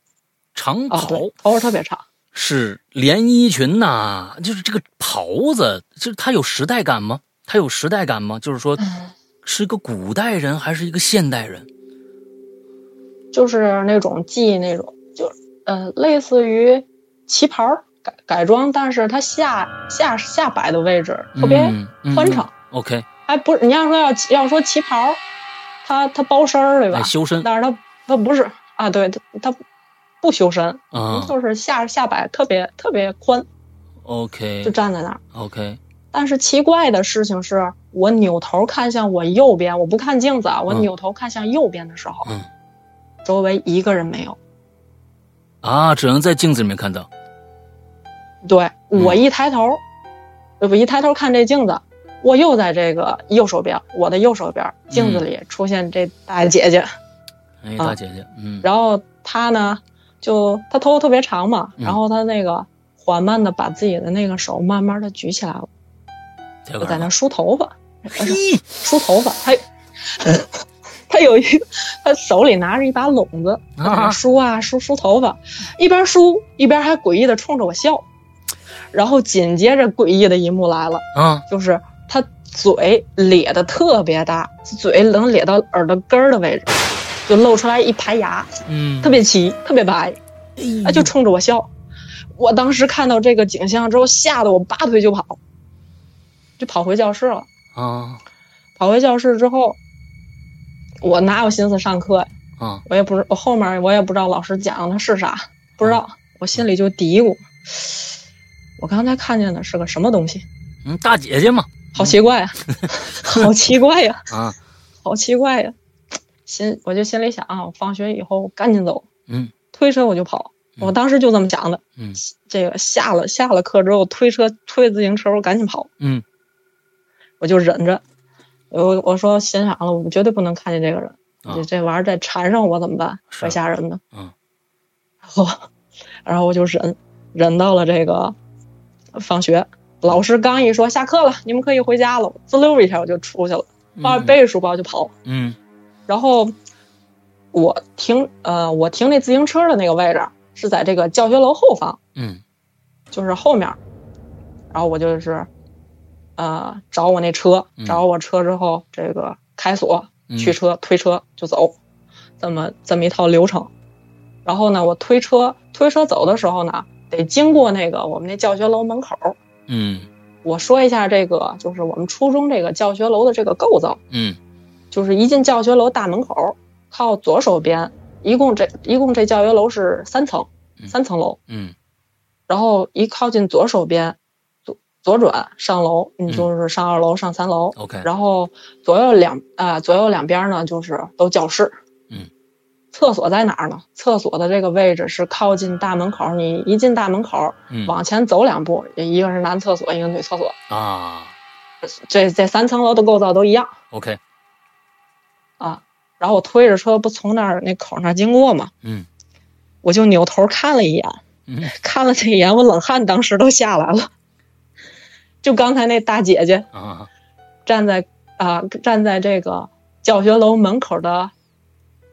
[SPEAKER 1] 长
[SPEAKER 2] 啊，
[SPEAKER 1] 袍
[SPEAKER 2] 对，头发特别长，
[SPEAKER 1] 是连衣裙呐、就是这个袍子，就是它有时代感吗？它有时代感吗？就是说，
[SPEAKER 2] 嗯
[SPEAKER 1] 是一个古代人还是一个现代人？
[SPEAKER 2] 就是那种系那种，就呃，类似于旗袍儿改改装，但是它下下下摆的位置特别
[SPEAKER 1] 嗯嗯
[SPEAKER 2] 宽敞。
[SPEAKER 1] 嗯 OK，
[SPEAKER 2] 哎，不是，你要说要要说旗袍儿，它它包身儿对吧
[SPEAKER 1] 来？修身
[SPEAKER 2] 但是它它不是啊，对，它它不修身，
[SPEAKER 1] 啊
[SPEAKER 2] 就是下下摆特别特别宽，
[SPEAKER 1] ，OK
[SPEAKER 2] 就站在那儿。
[SPEAKER 1] OK，
[SPEAKER 2] 但是奇怪的事情是，我扭头看向我右边，我不看镜子啊，我
[SPEAKER 1] 嗯
[SPEAKER 2] 扭头看向右边的时候，
[SPEAKER 1] 嗯
[SPEAKER 2] 周围一个人没有。
[SPEAKER 1] 啊，只能在镜子里面看到，
[SPEAKER 2] 对
[SPEAKER 1] 嗯
[SPEAKER 2] 我一抬头，我一抬头看这镜子，我又在这个右手边，我的右手边镜子
[SPEAKER 1] 嗯
[SPEAKER 2] 里出现这大姐姐，
[SPEAKER 1] 哎，
[SPEAKER 2] 啊
[SPEAKER 1] 大姐姐，嗯，
[SPEAKER 2] 然后她呢，就她头发特别长嘛，
[SPEAKER 1] 嗯
[SPEAKER 2] 然后她那个缓慢的把自己的那个手慢慢的举起来了，
[SPEAKER 1] 这
[SPEAKER 2] 就
[SPEAKER 1] 个
[SPEAKER 2] 在那梳头发，
[SPEAKER 1] 屁，
[SPEAKER 2] 梳头发，她。她有一个，她手里拿着一把笼子，她在那
[SPEAKER 1] 啊
[SPEAKER 2] 梳啊梳梳头发，一边梳一边还诡异的冲着我笑，然后紧接着诡异的一幕来了，
[SPEAKER 1] 啊，
[SPEAKER 2] 就是她嘴咧的特别大，嘴能咧到耳朵根儿的位置，就露出来一排牙，
[SPEAKER 1] 嗯，
[SPEAKER 2] 特别齐，特别白，啊，就冲着我笑。我当时看到这个景象之后，吓得我拔腿就跑，就跑回教室了。
[SPEAKER 1] 啊
[SPEAKER 2] 跑回教室之后，我哪有心思上课呀？
[SPEAKER 1] 啊，
[SPEAKER 2] 我也不知我后面我也不知道老师讲的是啥，不知道。
[SPEAKER 1] 嗯
[SPEAKER 2] 我心里就嘀咕，我刚才看见的是个什么东西？
[SPEAKER 1] 嗯，大姐姐嘛，
[SPEAKER 2] 好奇怪呀、
[SPEAKER 1] 嗯
[SPEAKER 2] 好奇怪呀、
[SPEAKER 1] 啊，
[SPEAKER 2] 好奇怪呀、心我就心里想啊，我放学以后赶紧走，
[SPEAKER 1] 嗯
[SPEAKER 2] 推车我就跑。
[SPEAKER 1] 嗯
[SPEAKER 2] 我当时就这么想的。
[SPEAKER 1] 嗯
[SPEAKER 2] 这个下了下了课之后，推车推自行车，我赶紧跑，
[SPEAKER 1] 嗯
[SPEAKER 2] 我就忍着。我我说心想了，我绝对不能看见这个人，
[SPEAKER 1] 啊
[SPEAKER 2] 这这玩意儿再缠上我怎么办？
[SPEAKER 1] 是
[SPEAKER 2] 怪吓人的。
[SPEAKER 1] 嗯
[SPEAKER 2] 然后，然后我就忍，忍到了这个放学，老师刚一说下课了，你们可以回家了，我滋溜一下我就出去了，抱着
[SPEAKER 1] 嗯
[SPEAKER 2] 背着书包就跑。
[SPEAKER 1] 嗯
[SPEAKER 2] 然后我停呃我停那自行车的那个位置是在这个教学楼后方。
[SPEAKER 1] 嗯
[SPEAKER 2] 就是后面儿，然后我就是，呃，找我那车
[SPEAKER 1] 嗯，
[SPEAKER 2] 找我车之后，这个开锁、
[SPEAKER 1] 嗯，
[SPEAKER 2] 取车、推车就走，这么这么一套流程。然后呢，我推车推车走的时候呢，得经过那个我们那教学楼门口儿。
[SPEAKER 1] 嗯
[SPEAKER 2] 我说一下这个，就是我们初中这个教学楼的这个构造，
[SPEAKER 1] 嗯
[SPEAKER 2] 就是一进教学楼大门口儿，靠左手边，一共这一共这教学楼是三层，
[SPEAKER 1] 嗯
[SPEAKER 2] 三层楼。
[SPEAKER 1] 嗯
[SPEAKER 2] 然后一靠近左手边，左左转上楼，你就是上二楼、上三楼。
[SPEAKER 1] 嗯哦，OK，
[SPEAKER 2] 然后左右两啊、左右两边呢就是都教室。
[SPEAKER 1] 嗯，
[SPEAKER 2] 厕所在哪儿呢？厕所的这个位置是靠近大门口，你一进大门口
[SPEAKER 1] 嗯
[SPEAKER 2] 往前走两步，一个是男厕所，一个是女厕所。
[SPEAKER 1] 啊
[SPEAKER 2] 这这三层楼的构造都一样
[SPEAKER 1] ，OK，
[SPEAKER 2] 啊。然后我推着车不从那儿那口那儿经过嘛，
[SPEAKER 1] 嗯
[SPEAKER 2] 我就扭头看了一眼，
[SPEAKER 1] 嗯
[SPEAKER 2] 看了这一眼，我冷汗当时都下来了。 就刚才那大姐姐
[SPEAKER 1] 啊，
[SPEAKER 2] 站在啊、站在这个教学楼门口的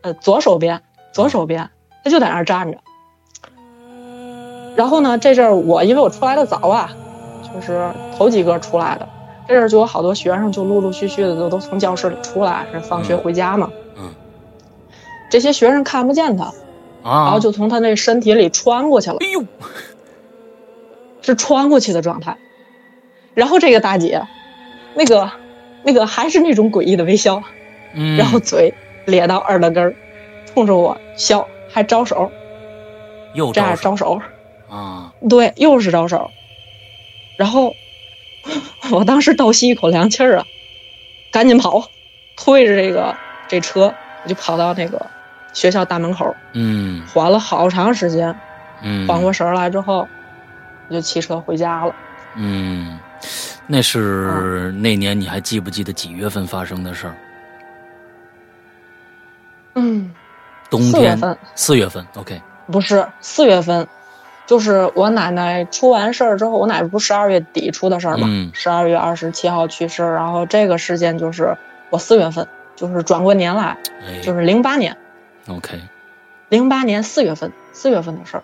[SPEAKER 2] 呃左手边，
[SPEAKER 1] 嗯
[SPEAKER 2] 左手边，她就在那儿站着。然后呢，这阵儿我因为我出来的早啊，就是头几个出来的，这阵儿就有好多学生就陆陆续续的都都从教室里出来，是放学回家嘛。
[SPEAKER 1] 嗯
[SPEAKER 2] 这些学生看不见他，
[SPEAKER 1] 啊，
[SPEAKER 2] 然后就从他那身体里穿过去了，
[SPEAKER 1] 哎呦，
[SPEAKER 2] 是穿过去的状态。然后这个大姐，那个那个还是那种诡异的微笑，
[SPEAKER 1] 嗯，
[SPEAKER 2] 然后嘴咧到二郎根儿，冲着我笑，还招手，
[SPEAKER 1] 又
[SPEAKER 2] 这样
[SPEAKER 1] 手
[SPEAKER 2] 招手，
[SPEAKER 1] 啊，
[SPEAKER 2] 对，又是招手。然后 我当时倒吸一口凉气儿啊，赶紧跑，推着这个这车，我就跑到那个学校大门口，
[SPEAKER 1] 嗯
[SPEAKER 2] 缓了好长时间，
[SPEAKER 1] 嗯，
[SPEAKER 2] 缓过神儿来之后，我就骑车回家了。
[SPEAKER 1] 嗯，那是那年你还记不记得几月份发生的事儿？
[SPEAKER 2] 嗯，
[SPEAKER 1] 冬
[SPEAKER 2] 四月
[SPEAKER 1] 天，
[SPEAKER 2] 份
[SPEAKER 1] 四月份，OK，
[SPEAKER 2] 不是四月份，就是我奶奶出完事儿之后，我奶奶不是十二月底出的事儿
[SPEAKER 1] 嗯
[SPEAKER 2] 嘛，十二、月二十七号去世。然后这个事件就是我四月份，就是转过年来，
[SPEAKER 1] 哎，
[SPEAKER 2] 就是零八年，
[SPEAKER 1] OK，
[SPEAKER 2] 零八年四月份，四月份的事儿，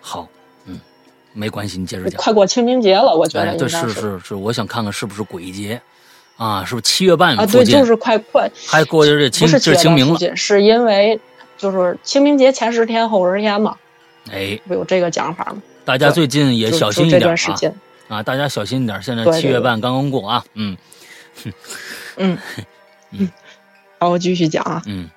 [SPEAKER 1] 好，嗯，没关系，你接着讲。
[SPEAKER 2] 快过清明节了，我觉得
[SPEAKER 1] 哎，
[SPEAKER 2] 应
[SPEAKER 1] 对，
[SPEAKER 2] 该
[SPEAKER 1] 是是是，我想看看是不是鬼节，啊，是不是七月半
[SPEAKER 2] 啊，
[SPEAKER 1] 附
[SPEAKER 2] 对，
[SPEAKER 1] 近？
[SPEAKER 2] 就是快快，
[SPEAKER 1] 还过这清
[SPEAKER 2] 不是
[SPEAKER 1] 这
[SPEAKER 2] 缺
[SPEAKER 1] 清明了，
[SPEAKER 2] 是因为就是清明节前十天后十天嘛，
[SPEAKER 1] 哎，
[SPEAKER 2] 不有这个讲法吗？
[SPEAKER 1] 大家
[SPEAKER 2] 对
[SPEAKER 1] 最近也
[SPEAKER 2] 就
[SPEAKER 1] 小
[SPEAKER 2] 就
[SPEAKER 1] 心一
[SPEAKER 2] 这
[SPEAKER 1] 点
[SPEAKER 2] 段时
[SPEAKER 1] 啊
[SPEAKER 2] 间，
[SPEAKER 1] 啊！大家小心一点，现在
[SPEAKER 2] 对对
[SPEAKER 1] 七月
[SPEAKER 2] 对
[SPEAKER 1] 半刚刚过啊，嗯
[SPEAKER 2] 嗯，嗯，然后我继续讲啊，
[SPEAKER 1] 嗯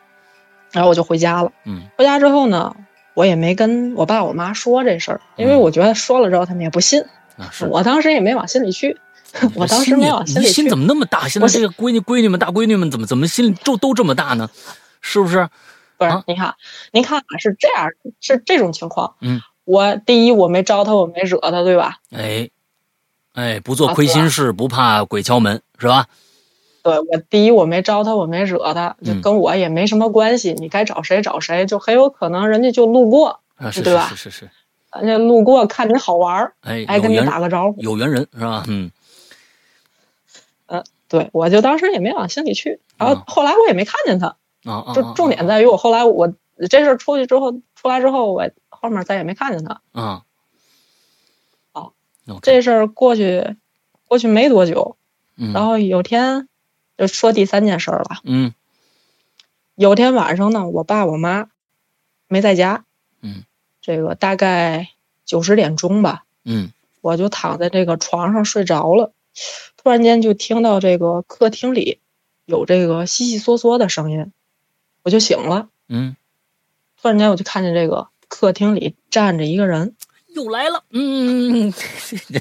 [SPEAKER 2] 然后我就回家了。
[SPEAKER 1] 嗯
[SPEAKER 2] 回家之后呢，我也没跟我爸我妈说这事儿，因为
[SPEAKER 1] 嗯
[SPEAKER 2] 我觉得说了之后他们也不信。
[SPEAKER 1] 啊是。嗯
[SPEAKER 2] 我当时也没往心里去，我当时没往
[SPEAKER 1] 心
[SPEAKER 2] 心
[SPEAKER 1] 里，
[SPEAKER 2] 里
[SPEAKER 1] 你心
[SPEAKER 2] 去
[SPEAKER 1] 怎。么那么大？现在
[SPEAKER 2] 我
[SPEAKER 1] 这个闺女闺女们大闺女们怎么怎么心里都都这么大呢？是不是？
[SPEAKER 2] 不是，
[SPEAKER 1] 啊
[SPEAKER 2] 你看，您看啊是这样，是这种情况。
[SPEAKER 1] 嗯，
[SPEAKER 2] 我第一我没招他，我没惹他，对吧？
[SPEAKER 1] 哎哎，不做
[SPEAKER 2] 啊
[SPEAKER 1] 亏
[SPEAKER 2] 对
[SPEAKER 1] 心事，不怕鬼敲门，是吧？
[SPEAKER 2] 对我第一我没招他，我没惹他，就
[SPEAKER 1] 嗯
[SPEAKER 2] 跟我也没什么关系。你该找谁找谁，就很有可能人家就路过，
[SPEAKER 1] 啊是
[SPEAKER 2] 对
[SPEAKER 1] 是
[SPEAKER 2] 吧
[SPEAKER 1] 是是是，
[SPEAKER 2] 人家路过看你好玩儿，
[SPEAKER 1] 哎，
[SPEAKER 2] 哎，
[SPEAKER 1] 有
[SPEAKER 2] 跟你
[SPEAKER 1] 缘
[SPEAKER 2] 打个招呼。
[SPEAKER 1] 有缘人是吧？嗯
[SPEAKER 2] 对我就当时也没往心里去，然后
[SPEAKER 1] 啊
[SPEAKER 2] 后来我也没看见他。
[SPEAKER 1] 啊啊，
[SPEAKER 2] 就
[SPEAKER 1] 啊
[SPEAKER 2] 重点在于我后来我这事儿出去之后，出来之后我后面再也没看见他。
[SPEAKER 1] 啊，
[SPEAKER 2] 哦
[SPEAKER 1] ，OK，
[SPEAKER 2] 这事儿过去过去没多久，
[SPEAKER 1] 嗯
[SPEAKER 2] 然后有天就说第三件事儿了。
[SPEAKER 1] 嗯
[SPEAKER 2] 有天晚上呢，我爸我妈没在家，
[SPEAKER 1] 嗯，
[SPEAKER 2] 这个大概九十点钟吧，
[SPEAKER 1] 嗯
[SPEAKER 2] 我就躺在这个床上睡着了，突然间就听到这个客厅里有这个悉悉嗦嗦的声音，我就醒了。
[SPEAKER 1] 嗯，
[SPEAKER 2] 突然间我就看见这个客厅里站着一个人。
[SPEAKER 1] 又来了，嗯嗯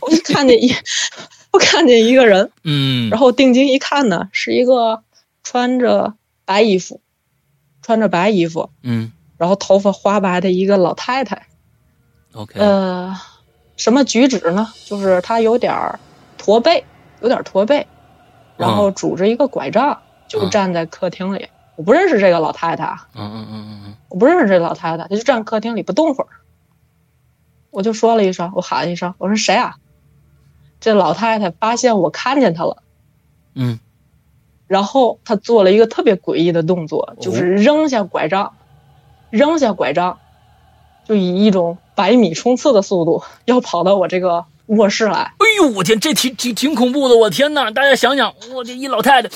[SPEAKER 2] 我就看见一， 我看见一个人，
[SPEAKER 1] 嗯，
[SPEAKER 2] 然后定睛一看呢，是一个穿着白衣服，穿着白衣服，
[SPEAKER 1] 嗯
[SPEAKER 2] 然后头发花白的一个老太太。
[SPEAKER 1] ，OK，
[SPEAKER 2] 呃，什么举止呢？就是她有点儿驼背，有点儿驼背，然后拄着一个拐杖，就
[SPEAKER 1] 嗯
[SPEAKER 2] 站在客厅里。我不认识这个老太太啊，
[SPEAKER 1] 嗯嗯嗯嗯
[SPEAKER 2] 我不认识这老太太，她就站客厅里不动会儿。我就说了一声，我喊一声，我说谁啊？这老太太发现我看见她了，
[SPEAKER 1] 嗯
[SPEAKER 2] 然后她做了一个特别诡异的动作，就是扔下拐杖，扔下拐杖，就以一种百米冲刺的速度 要跑到我这个卧室来。
[SPEAKER 1] 哎呦，我天，这挺挺挺恐怖的，我天呐，大家想想，我这一老太太，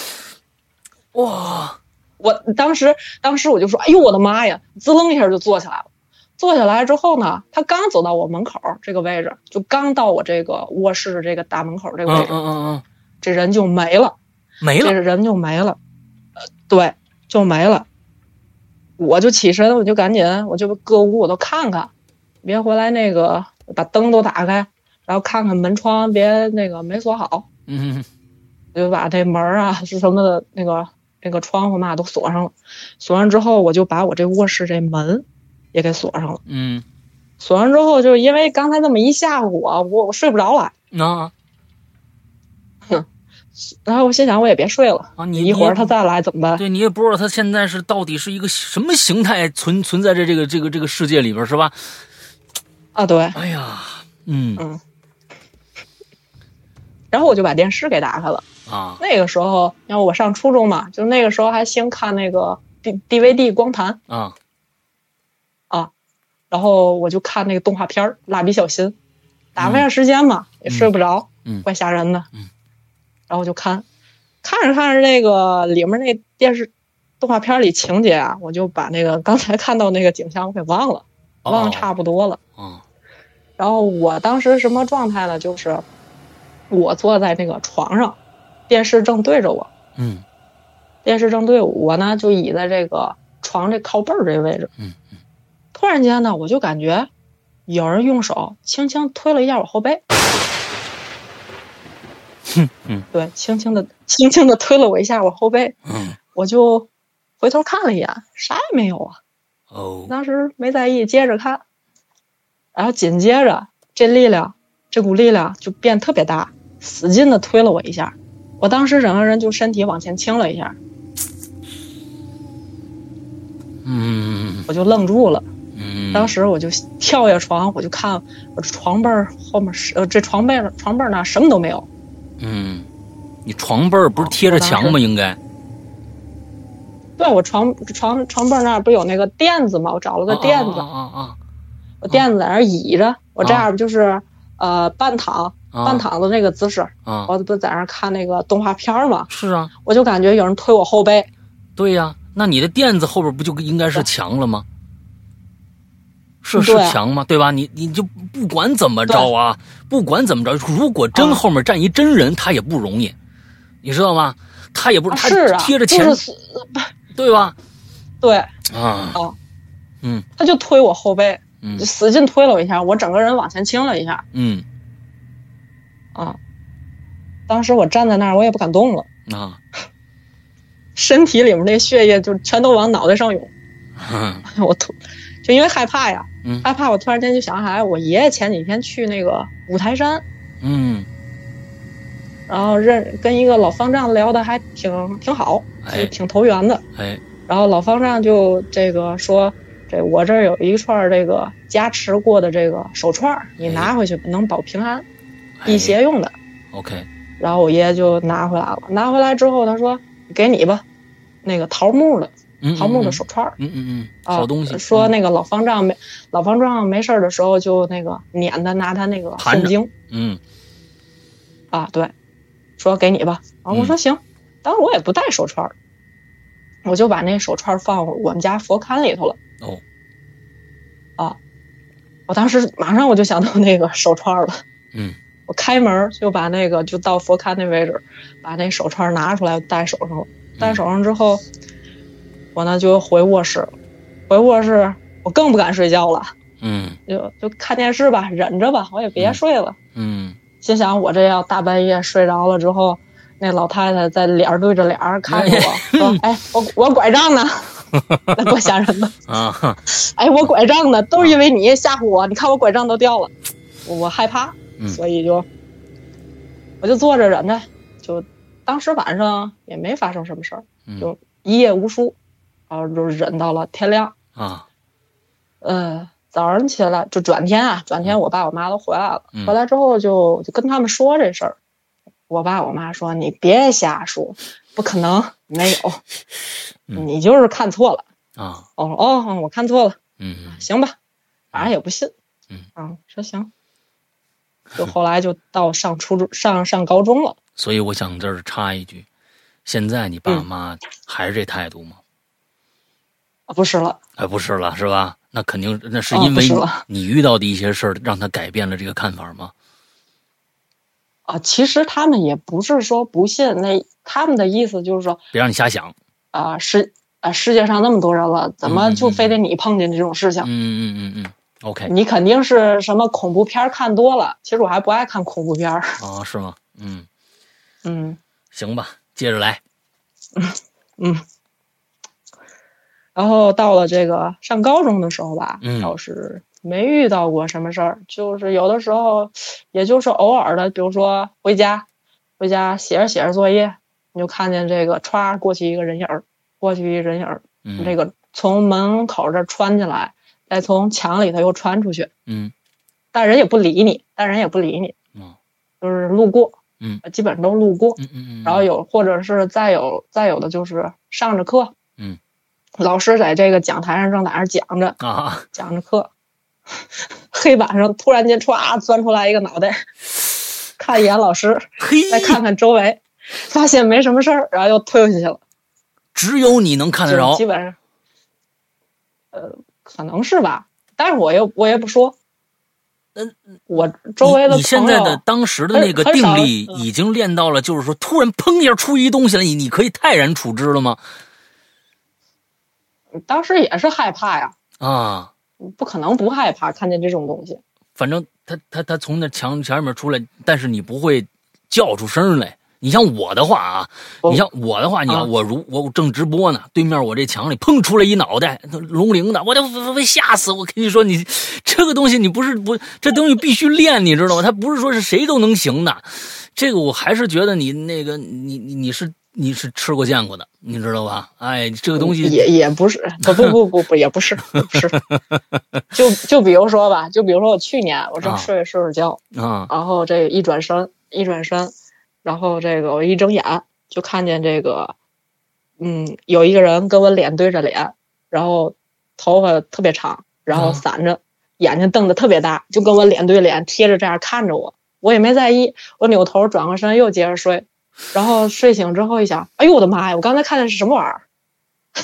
[SPEAKER 1] 哇，
[SPEAKER 2] 我当时，当时我就说：“哎呦，我的妈呀！”滋楞一下就坐起来了。坐下来之后呢，她刚走到我门口这个位置，就刚到我这个卧室的这个大门口这
[SPEAKER 1] 嗯
[SPEAKER 2] 个位
[SPEAKER 1] 嗯
[SPEAKER 2] 置，
[SPEAKER 1] 嗯嗯，
[SPEAKER 2] 这人就没了，
[SPEAKER 1] 没
[SPEAKER 2] 这
[SPEAKER 1] 了，
[SPEAKER 2] 人就没了，呃，对，就没了。我就起身，我就赶紧，我就各屋我都看看，别回来那个把灯都打开，然后看看门窗别那个没锁好，
[SPEAKER 1] 嗯
[SPEAKER 2] 我就把这门儿啊是什么的那个那个窗户嘛都锁上了。锁上之后，我就把我这卧室这门也给锁上了。
[SPEAKER 1] 嗯，
[SPEAKER 2] 锁上之后，就是因为刚才那么一吓唬我，我我睡不着了。
[SPEAKER 1] 那
[SPEAKER 2] 然后我心想，我也别睡了，
[SPEAKER 1] 啊，你
[SPEAKER 2] 一会儿他，再来怎么办？
[SPEAKER 1] 对你也不知道他现在是到底是一个什么形态存存在着这个这个这个世界里边是吧？
[SPEAKER 2] 啊，对。
[SPEAKER 1] 哎呀，嗯
[SPEAKER 2] 然后我就把电视给打开了。
[SPEAKER 1] 啊，
[SPEAKER 2] 那个时候，因为我上初中嘛，就那个时候还兴看那个 D D V D 光盘，
[SPEAKER 1] 啊，
[SPEAKER 2] 然后我就看那个动画片儿《蜡笔小新》，打发下时间嘛，也睡不着，
[SPEAKER 1] 嗯
[SPEAKER 2] 怪吓人的，
[SPEAKER 1] 嗯
[SPEAKER 2] 然后我就看，看着看着那个里面那电视动画片里情节啊，我就把那个刚才看到那个景象我给忘了，忘差不多了。
[SPEAKER 1] 哦
[SPEAKER 2] 然后我当时什么状态呢？就是我坐在那个床上，电视正对着我，
[SPEAKER 1] 嗯
[SPEAKER 2] 电视正对我我呢，就倚在这个床这靠背儿这位置。
[SPEAKER 1] 嗯嗯
[SPEAKER 2] 突然间呢，我就感觉有人用手轻轻推了一下我后背，
[SPEAKER 1] 嗯
[SPEAKER 2] 对，轻轻的、轻轻的推了我一下我后背，
[SPEAKER 1] 嗯
[SPEAKER 2] 我就回头看了一眼，啥也没有啊，
[SPEAKER 1] 哦
[SPEAKER 2] 当时没在意，接着看。然后紧接着这力量，这股力量就变特别大，使劲的推了我一下，我当时整个人就身体往前倾了一下，
[SPEAKER 1] 嗯
[SPEAKER 2] 我就愣住了。
[SPEAKER 1] 嗯，
[SPEAKER 2] 当时我就跳下床，我就看我这床被儿后面是呃这床被儿床被儿那什么都没有，
[SPEAKER 1] 嗯，你床被儿不是贴着墙吗？应该
[SPEAKER 2] 对我床床床被儿那儿不有那个垫子吗？我找了个垫子，
[SPEAKER 1] 啊啊
[SPEAKER 2] 我垫子在那儿倚着，我
[SPEAKER 1] 哦
[SPEAKER 2] 这样就是呃半躺
[SPEAKER 1] 啊，
[SPEAKER 2] 半躺的那个姿势，
[SPEAKER 1] 啊，
[SPEAKER 2] 我不在那儿看那个动画片儿嘛，
[SPEAKER 1] 是啊，
[SPEAKER 2] 我就感觉有人推我后背，
[SPEAKER 1] 对呀、那你的垫子后边不就应该是墙了吗？是是
[SPEAKER 2] 对啊
[SPEAKER 1] 墙吗？对吧？你你就不管怎么着啊，不管怎么着，如果真
[SPEAKER 2] 啊
[SPEAKER 1] 后面站一真人，他也不容易，你知道吗？他也不
[SPEAKER 2] 啊
[SPEAKER 1] 他
[SPEAKER 2] 是啊，
[SPEAKER 1] 贴着
[SPEAKER 2] 就
[SPEAKER 1] 墙，
[SPEAKER 2] 是
[SPEAKER 1] 对吧？
[SPEAKER 2] 对，
[SPEAKER 1] 啊，
[SPEAKER 2] 他就推我后背，
[SPEAKER 1] 嗯
[SPEAKER 2] 就使劲推了我一下，我整个人往前倾了一下
[SPEAKER 1] 嗯哦
[SPEAKER 2] 啊。当时我站在那儿，我也不敢动了，
[SPEAKER 1] 啊，
[SPEAKER 2] 身体里面那血液就全都往脑袋上涌。
[SPEAKER 1] 哼
[SPEAKER 2] 我突就因为害怕呀，
[SPEAKER 1] 嗯
[SPEAKER 2] 害怕，我突然间就想起来，我爷爷前几天去那个五台山，
[SPEAKER 1] 嗯，
[SPEAKER 2] 然后认跟一个老方丈聊的还挺挺好，
[SPEAKER 1] 哎
[SPEAKER 2] 挺投缘的。
[SPEAKER 1] 哎，
[SPEAKER 2] 然后老方丈就这个说，这我这儿有一串儿这个加持过的这个手串儿，你
[SPEAKER 1] 哎
[SPEAKER 2] 拿回去能保平安，
[SPEAKER 1] 哎
[SPEAKER 2] 辟邪用的。
[SPEAKER 1] ，OK，
[SPEAKER 2] 然后我爷爷就拿回来了，拿回来之后他说给你吧，那个桃木的
[SPEAKER 1] 嗯，嗯
[SPEAKER 2] 桃木的，手串儿。
[SPEAKER 1] 嗯嗯嗯，
[SPEAKER 2] 啊
[SPEAKER 1] 好东西，
[SPEAKER 2] 说
[SPEAKER 1] 嗯
[SPEAKER 2] 那个老方丈没老方丈没事儿的时候就那个撵他拿他那个
[SPEAKER 1] 盘
[SPEAKER 2] 诵
[SPEAKER 1] 着
[SPEAKER 2] 经
[SPEAKER 1] 嗯
[SPEAKER 2] 啊，对，说给你吧。啊，
[SPEAKER 1] 嗯
[SPEAKER 2] 我说行，当时我也不戴手串儿，我就把那手串儿放我们家佛龛里头了。
[SPEAKER 1] 哦，
[SPEAKER 2] 我当时马上我就想到那个手串了，
[SPEAKER 1] 嗯
[SPEAKER 2] 我开门就把那个就到佛龛那位置，把那手串拿出来戴手上了。
[SPEAKER 1] 嗯
[SPEAKER 2] 戴手上之后，我呢就回卧室，回卧室我更不敢睡觉了，
[SPEAKER 1] 嗯
[SPEAKER 2] 就就看电视吧，忍着吧，我也别睡了。
[SPEAKER 1] 嗯
[SPEAKER 2] 心想我这要大半夜睡着了之后，那老太太在脸儿对着脸儿看着 我说：“哎，我我拐杖呢？”那多吓人呢！
[SPEAKER 1] 啊哈，
[SPEAKER 2] 哎，我拐杖呢，都是因为你
[SPEAKER 1] 啊
[SPEAKER 2] 吓唬我，你看我拐杖都掉了，我我害怕，
[SPEAKER 1] 嗯
[SPEAKER 2] 所以就我就坐着忍着，就当时晚上也没发生什么事儿，
[SPEAKER 1] 嗯
[SPEAKER 2] 就一夜无书，然后就忍到了天亮。
[SPEAKER 1] 啊，
[SPEAKER 2] 呃，早上起来就转天啊，转天我爸我妈都回来了，
[SPEAKER 1] 嗯
[SPEAKER 2] 回来之后就就跟他们说这事儿。我爸我妈说：“你别 瞎说，不可能，没有，
[SPEAKER 1] 嗯
[SPEAKER 2] 你就是看错了。
[SPEAKER 1] 啊，”
[SPEAKER 2] 我说：“哦，我看错了。”
[SPEAKER 1] 嗯
[SPEAKER 2] 行吧，反正也不信。
[SPEAKER 1] 嗯
[SPEAKER 2] 啊，说行。就后来就到上初 中、上上高中了。
[SPEAKER 1] 所以我想这儿插一句，现在你
[SPEAKER 2] 嗯
[SPEAKER 1] 爸妈还是这态度吗？
[SPEAKER 2] 啊，不是了，
[SPEAKER 1] 哎，不是了，是吧？那肯定，那是
[SPEAKER 2] 哦
[SPEAKER 1] 因
[SPEAKER 2] 不
[SPEAKER 1] 为
[SPEAKER 2] 是了
[SPEAKER 1] 你遇到的一些事儿，让他改变了这个看法吗？
[SPEAKER 2] 啊，其实他们也不是说不信，那他们的意思就是说，
[SPEAKER 1] 别让你瞎想。
[SPEAKER 2] 啊，世啊世界上那么多人了，怎么就非
[SPEAKER 1] 嗯
[SPEAKER 2] 得你碰见这种事情？
[SPEAKER 1] 嗯嗯嗯嗯，OK
[SPEAKER 2] 你肯定是什么恐怖片儿看多了。其实我还不爱看恐怖片儿。
[SPEAKER 1] 啊，是吗？嗯，
[SPEAKER 2] 嗯
[SPEAKER 1] 行吧，接着来。
[SPEAKER 2] 嗯。 然后到了这个上高中的时候吧，
[SPEAKER 1] 嗯
[SPEAKER 2] 倒是没遇到过什么事儿，就是有的时候，也就是偶尔的，比如说回家，回家写着写着作业，你就看见这个歘过去一个人影儿，过去一人影儿，
[SPEAKER 1] 嗯，
[SPEAKER 2] 这
[SPEAKER 1] 个，
[SPEAKER 2] 个从门口这儿穿进来，再从墙里头又穿出去，
[SPEAKER 1] 嗯
[SPEAKER 2] 但人也不理你，但人也不理你，
[SPEAKER 1] 哦
[SPEAKER 2] 就是路过，呃
[SPEAKER 1] 嗯，
[SPEAKER 2] 基本上都路过，
[SPEAKER 1] 嗯嗯嗯，
[SPEAKER 2] 然后有或者是再有再有的就是上着课，
[SPEAKER 1] 嗯，
[SPEAKER 2] 老师在这个讲台上正在那儿讲着
[SPEAKER 1] 啊，
[SPEAKER 2] 讲着课， 黑板上突然间歘钻出来一个脑袋，看一眼老师，
[SPEAKER 1] 嘿，
[SPEAKER 2] 再看看周围，发现没什么事儿，然后又推回去了。
[SPEAKER 1] 只有你能看得
[SPEAKER 2] 就
[SPEAKER 1] 着
[SPEAKER 2] 基。本上，呃，可能是吧，但是我又我也不说。
[SPEAKER 1] 嗯，
[SPEAKER 2] 我周围
[SPEAKER 1] 你
[SPEAKER 2] 的
[SPEAKER 1] 你现
[SPEAKER 2] 朋
[SPEAKER 1] 在的
[SPEAKER 2] 友，
[SPEAKER 1] 当时的那个
[SPEAKER 2] 很很
[SPEAKER 1] 定
[SPEAKER 2] 少嗯
[SPEAKER 1] 力已经练到了，就是说突然砰一下出一东西来，你你可以泰然处之了吗？
[SPEAKER 2] 当时也是害怕呀，
[SPEAKER 1] 啊，
[SPEAKER 2] 不可能不害怕看见这种东西。
[SPEAKER 1] 反正他他他从那墙墙里面出来，但是你不会叫出声来。你像我的话啊，
[SPEAKER 2] 哦
[SPEAKER 1] 你像我的话，你要
[SPEAKER 2] 啊
[SPEAKER 1] 我如我正直播呢，对面我这墙里砰出来一脑袋龙鳞的，我就我被吓死。我跟你说，你这个东西你不是不这东西必须练，你知道吗？它不是说是谁都能行的。这个我还是觉得你那个你你你是你是吃过见过的，你知道吧？哎，这个东西
[SPEAKER 2] 也也不是，不不不不不，也不是，也 不是。就就比如说吧，就比如说我去年我
[SPEAKER 1] 啊
[SPEAKER 2] 正睡着睡着觉，
[SPEAKER 1] 啊
[SPEAKER 2] 然后这一转身一转身，然后这个我一睁眼就看见这个，嗯，有一个人跟我脸对着脸，然后头发特别长，然
[SPEAKER 1] 啊
[SPEAKER 2] 后散着，眼睛瞪得特别大，就跟我脸对脸贴着这样看着我，我也没在意，我扭头转过身又接着睡，然后睡醒之后一想，哎呦我的妈呀，我刚才看的是什么玩意儿？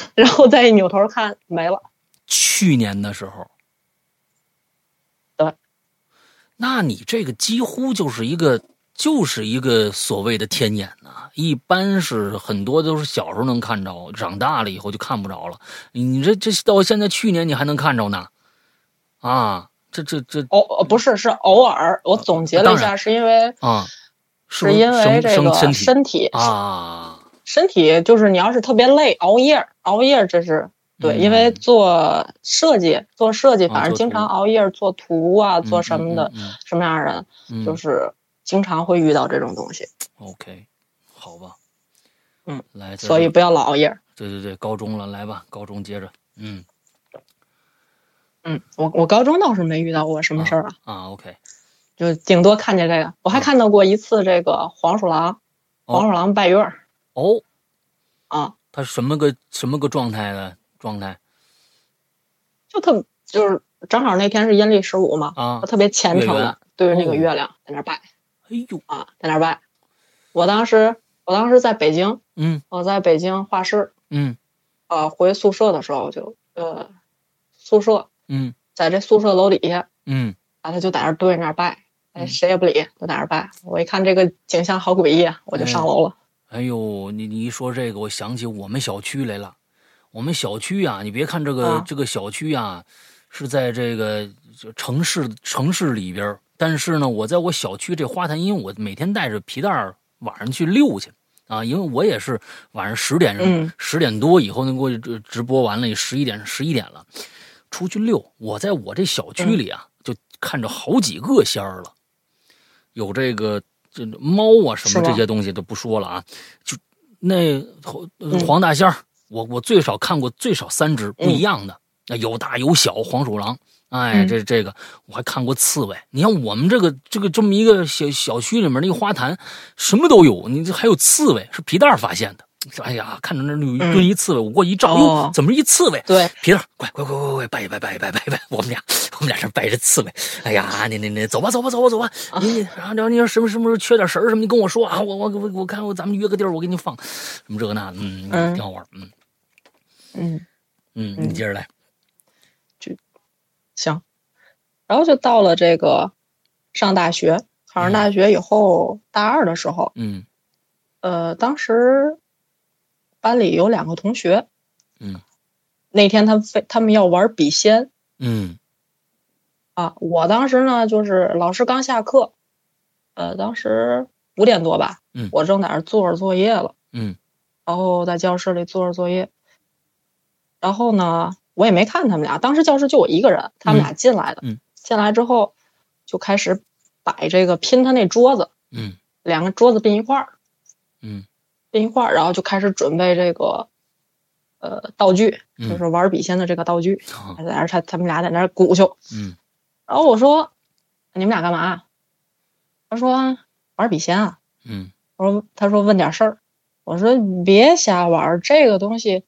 [SPEAKER 2] 然后再一扭头看没了，
[SPEAKER 1] 去年的时候，
[SPEAKER 2] 对，
[SPEAKER 1] 那你这个几乎就是一个就是一个所谓的天眼呐、一般是很多都是小时候能看着，长大了以后就看不着了。你你这这到现在去年你还能看着呢，啊，这这这
[SPEAKER 2] 偶、哦、不是是偶尔，我总结了一
[SPEAKER 1] 啊当
[SPEAKER 2] 下，是因为
[SPEAKER 1] 啊，是不
[SPEAKER 2] 是因为
[SPEAKER 1] 生
[SPEAKER 2] 这
[SPEAKER 1] 生
[SPEAKER 2] 个
[SPEAKER 1] 身体
[SPEAKER 2] 身体
[SPEAKER 1] 啊？
[SPEAKER 2] 身体就是你要是特别累，熬夜，熬夜这是对，
[SPEAKER 1] 嗯
[SPEAKER 2] 因为做设计，做设计，
[SPEAKER 1] 啊
[SPEAKER 2] 反正
[SPEAKER 1] 做
[SPEAKER 2] 经
[SPEAKER 1] 图
[SPEAKER 2] 常熬夜，做图啊，做什么的，
[SPEAKER 1] 嗯嗯
[SPEAKER 2] 什么样的人，
[SPEAKER 1] 嗯嗯嗯
[SPEAKER 2] 就是经常会遇到这种东西，
[SPEAKER 1] OK，好吧，
[SPEAKER 2] 嗯，
[SPEAKER 1] 来，
[SPEAKER 2] 所以不要老熬夜。
[SPEAKER 1] 对对对，高中了，来吧，高中接着，嗯
[SPEAKER 2] 嗯，我我高中倒是没遇到过什么事儿啊，
[SPEAKER 1] 啊，OK，
[SPEAKER 2] 就顶多看见这个，我还看到过一次这个黄鼠狼，
[SPEAKER 1] 哦
[SPEAKER 2] 黄鼠狼拜月儿
[SPEAKER 1] 哦，
[SPEAKER 2] 啊，
[SPEAKER 1] 他什么个什么个状态的状态
[SPEAKER 2] 就特就是正好那天是阴历十五嘛，
[SPEAKER 1] 啊
[SPEAKER 2] 我？特别虔诚
[SPEAKER 1] 月圆
[SPEAKER 2] 的对着那
[SPEAKER 1] 哦
[SPEAKER 2] 个月亮在那儿拜。
[SPEAKER 1] 哎呦，
[SPEAKER 2] 啊，在那儿拜。我当时，我当时在北京，
[SPEAKER 1] 嗯
[SPEAKER 2] 我在北京画室，
[SPEAKER 1] 嗯
[SPEAKER 2] 呃，回宿舍的时候就，呃，宿舍
[SPEAKER 1] 嗯
[SPEAKER 2] 在这宿舍楼底下，
[SPEAKER 1] 嗯，
[SPEAKER 2] 啊，他就在那儿蹲着那儿拜，哎，
[SPEAKER 1] 嗯
[SPEAKER 2] 谁也不理，就在那儿拜。我一看这个景象好诡异啊，我就上楼了。
[SPEAKER 1] 哎呦，你你一说这个，我想起我们小区来了。我们小区啊，你别看这个、
[SPEAKER 2] 啊
[SPEAKER 1] 这个小区啊，是在这个就城市城市里边儿，但是呢，我在我小区这花坛，因为我每天带着皮带儿晚上去溜去啊，因为我也是晚上十点
[SPEAKER 2] 嗯
[SPEAKER 1] 十、10点多以后能过去直直播完了，十一点十一点了，出去溜。我在我这小区里啊，就看着好几个仙儿了，有这个这猫啊什
[SPEAKER 2] 是
[SPEAKER 1] 么
[SPEAKER 2] 吗
[SPEAKER 1] 这些东西就不说了啊，就那黄
[SPEAKER 2] 嗯
[SPEAKER 1] 呃黄大仙儿，我我最少看过最少三只不一样的，啊有大有小黄鼠狼。哎，
[SPEAKER 2] 嗯
[SPEAKER 1] 这这个我还看过刺猬。你看我们这个这个这么一个小小区里面那个花坛，什么都有。你这还有刺猬，是皮蛋儿发现的。哎呀，看着那有一
[SPEAKER 2] 嗯
[SPEAKER 1] 蹲一刺猬，我过一照，哟、
[SPEAKER 2] 哦
[SPEAKER 1] 怎么一刺猬？
[SPEAKER 2] 对，
[SPEAKER 1] 皮蛋儿，快快快快快，拜一拜拜一拜拜一拜！我们俩我们俩这拜着刺猬。哎呀，你你你走吧走吧走吧走吧，
[SPEAKER 2] 啊
[SPEAKER 1] 你你然后然后你说什么什么时候缺点神儿什么，你跟我说啊，我我我我看我咱们约个地儿，我给你放什么这个那的，嗯，
[SPEAKER 2] 嗯
[SPEAKER 1] 挺好玩儿，嗯
[SPEAKER 2] 嗯，
[SPEAKER 1] 嗯，
[SPEAKER 2] 嗯
[SPEAKER 1] 你接着来，
[SPEAKER 2] 行。然后就到了这个上大学，考上大学以后，大二的时候，
[SPEAKER 1] 嗯
[SPEAKER 2] 呃，当时班里有两个同学，
[SPEAKER 1] 嗯，
[SPEAKER 2] 那天他们非他们要玩笔仙。
[SPEAKER 1] 嗯
[SPEAKER 2] 啊，我当时呢就是老师刚下课，呃，当时五点多吧，
[SPEAKER 1] 嗯
[SPEAKER 2] 我正在那儿做着作业了，
[SPEAKER 1] 嗯
[SPEAKER 2] 然后在教室里做着作业，然后呢，我也没看他们俩，当时教室就我一个人，他们俩进来的，
[SPEAKER 1] 嗯
[SPEAKER 2] 进来之后就开始摆这个拼他那桌子，
[SPEAKER 1] 嗯
[SPEAKER 2] 两个桌子并一块儿，
[SPEAKER 1] 嗯
[SPEAKER 2] 并一块儿，然后就开始准备这个呃道具，就
[SPEAKER 1] 嗯
[SPEAKER 2] 是玩笔仙的这个道具，
[SPEAKER 1] 好
[SPEAKER 2] 在那儿他他们俩在那儿鼓秋。
[SPEAKER 1] 啊嗯
[SPEAKER 2] 然后我说：“你们俩干嘛？”啊他说：“玩笔仙啊。
[SPEAKER 1] 嗯，”
[SPEAKER 2] 我说：“他说问点事儿。”我说：“别瞎玩儿，这个东西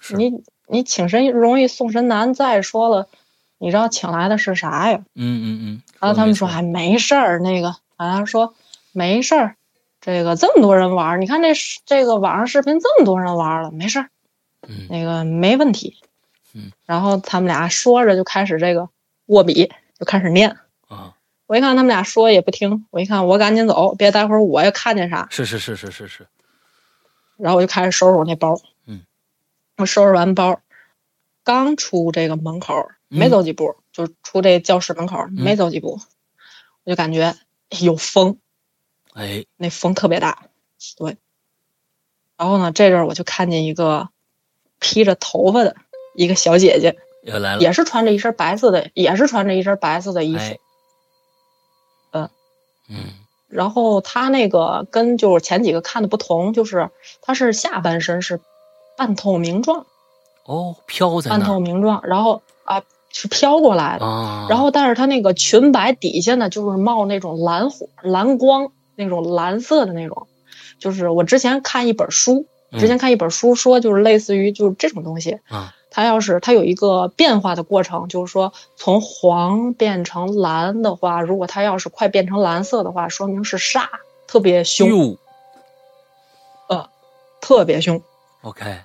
[SPEAKER 1] 是
[SPEAKER 2] 你你请神容易送神难。再说了，你知道请来的是啥呀
[SPEAKER 1] 嗯嗯嗯，？”
[SPEAKER 2] 然后他们说：“
[SPEAKER 1] 没
[SPEAKER 2] 哎，没事儿，那个。”然后他说：“没事儿，这个这么多人玩儿，你看这视这个网上视频这么多人玩儿了，没事儿，
[SPEAKER 1] 嗯
[SPEAKER 2] 那个没问题。
[SPEAKER 1] 嗯，
[SPEAKER 2] 然后他们俩说着就开始这个握笔，就开始念。
[SPEAKER 1] 啊，
[SPEAKER 2] 我一看他们俩说也不听，我一看我赶紧走，别待会儿我又看见啥，
[SPEAKER 1] 是是是是是是，
[SPEAKER 2] 然后我就开始收拾我那包。
[SPEAKER 1] 嗯，
[SPEAKER 2] 我收拾完包，刚出这个门口，
[SPEAKER 1] 嗯
[SPEAKER 2] 没走几步，就出这教室门口，没走几步，我就感觉有风，
[SPEAKER 1] 哎，
[SPEAKER 2] 那风特别大，对。然后呢，这阵儿我就看见一个披着头发的一个小姐姐，
[SPEAKER 1] 又来了，
[SPEAKER 2] 也是穿着一身白色的，也是穿着一身白色的衣服，
[SPEAKER 1] 哎，
[SPEAKER 2] 嗯
[SPEAKER 1] 嗯
[SPEAKER 2] 然后他那个跟就是前几个看的不同，就是他是下半身是半透明状，
[SPEAKER 1] 哦，飘在
[SPEAKER 2] 半
[SPEAKER 1] 那
[SPEAKER 2] 透
[SPEAKER 1] 儿
[SPEAKER 2] 明状，然后啊是飘过来的，
[SPEAKER 1] 啊，
[SPEAKER 2] 然后但是他那个裙摆底下呢，就是冒那种蓝火、蓝光那种蓝色的那种，就是我之前看一本书，之前看一本书说就是类似于就是这种东西，
[SPEAKER 1] 嗯啊，
[SPEAKER 2] 它要是它有一个变化的过程，就是说从黄变成蓝的话，如果它要是快变成蓝色的话，说明是煞，特别凶，
[SPEAKER 1] 哟
[SPEAKER 2] 特别凶。
[SPEAKER 1] ，OK，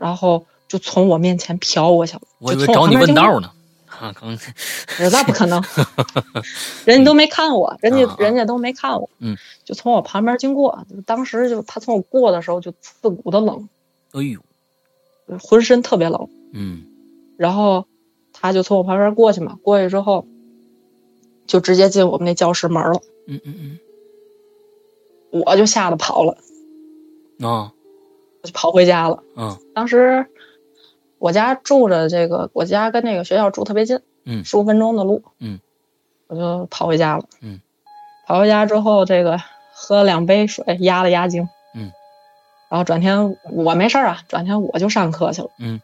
[SPEAKER 2] 然后就从我面前瞟我小，
[SPEAKER 1] 我以为
[SPEAKER 2] 就从
[SPEAKER 1] 找
[SPEAKER 2] 旁
[SPEAKER 1] 你
[SPEAKER 2] 边
[SPEAKER 1] 问
[SPEAKER 2] 经过
[SPEAKER 1] 道呢，啊，刚才，
[SPEAKER 2] 我说那不 可 能，人家都没看我，人家、
[SPEAKER 1] 嗯啊啊
[SPEAKER 2] 人家都没看我，
[SPEAKER 1] 嗯，
[SPEAKER 2] 就从我旁边经过，当时就他从我过的时候就刺骨的冷，
[SPEAKER 1] 哎呦，
[SPEAKER 2] 浑身特别冷，
[SPEAKER 1] 嗯
[SPEAKER 2] 然后他就从我旁边过去嘛，过去之后就直接进我们那教室门了，
[SPEAKER 1] 嗯嗯
[SPEAKER 2] 我就吓得跑了，
[SPEAKER 1] 嗯，啊
[SPEAKER 2] 我就跑回家了。
[SPEAKER 1] 啊
[SPEAKER 2] 当时我家住着这个，我家跟那个学校住特别近，
[SPEAKER 1] 嗯
[SPEAKER 2] 十五分钟的路，
[SPEAKER 1] 嗯，
[SPEAKER 2] 我就跑回家了，
[SPEAKER 1] 嗯，
[SPEAKER 2] 跑回家之后，这个喝了两杯水，压了压惊，
[SPEAKER 1] 嗯，
[SPEAKER 2] 然后转天我没事儿啊，转天我就上课去了，
[SPEAKER 1] 嗯，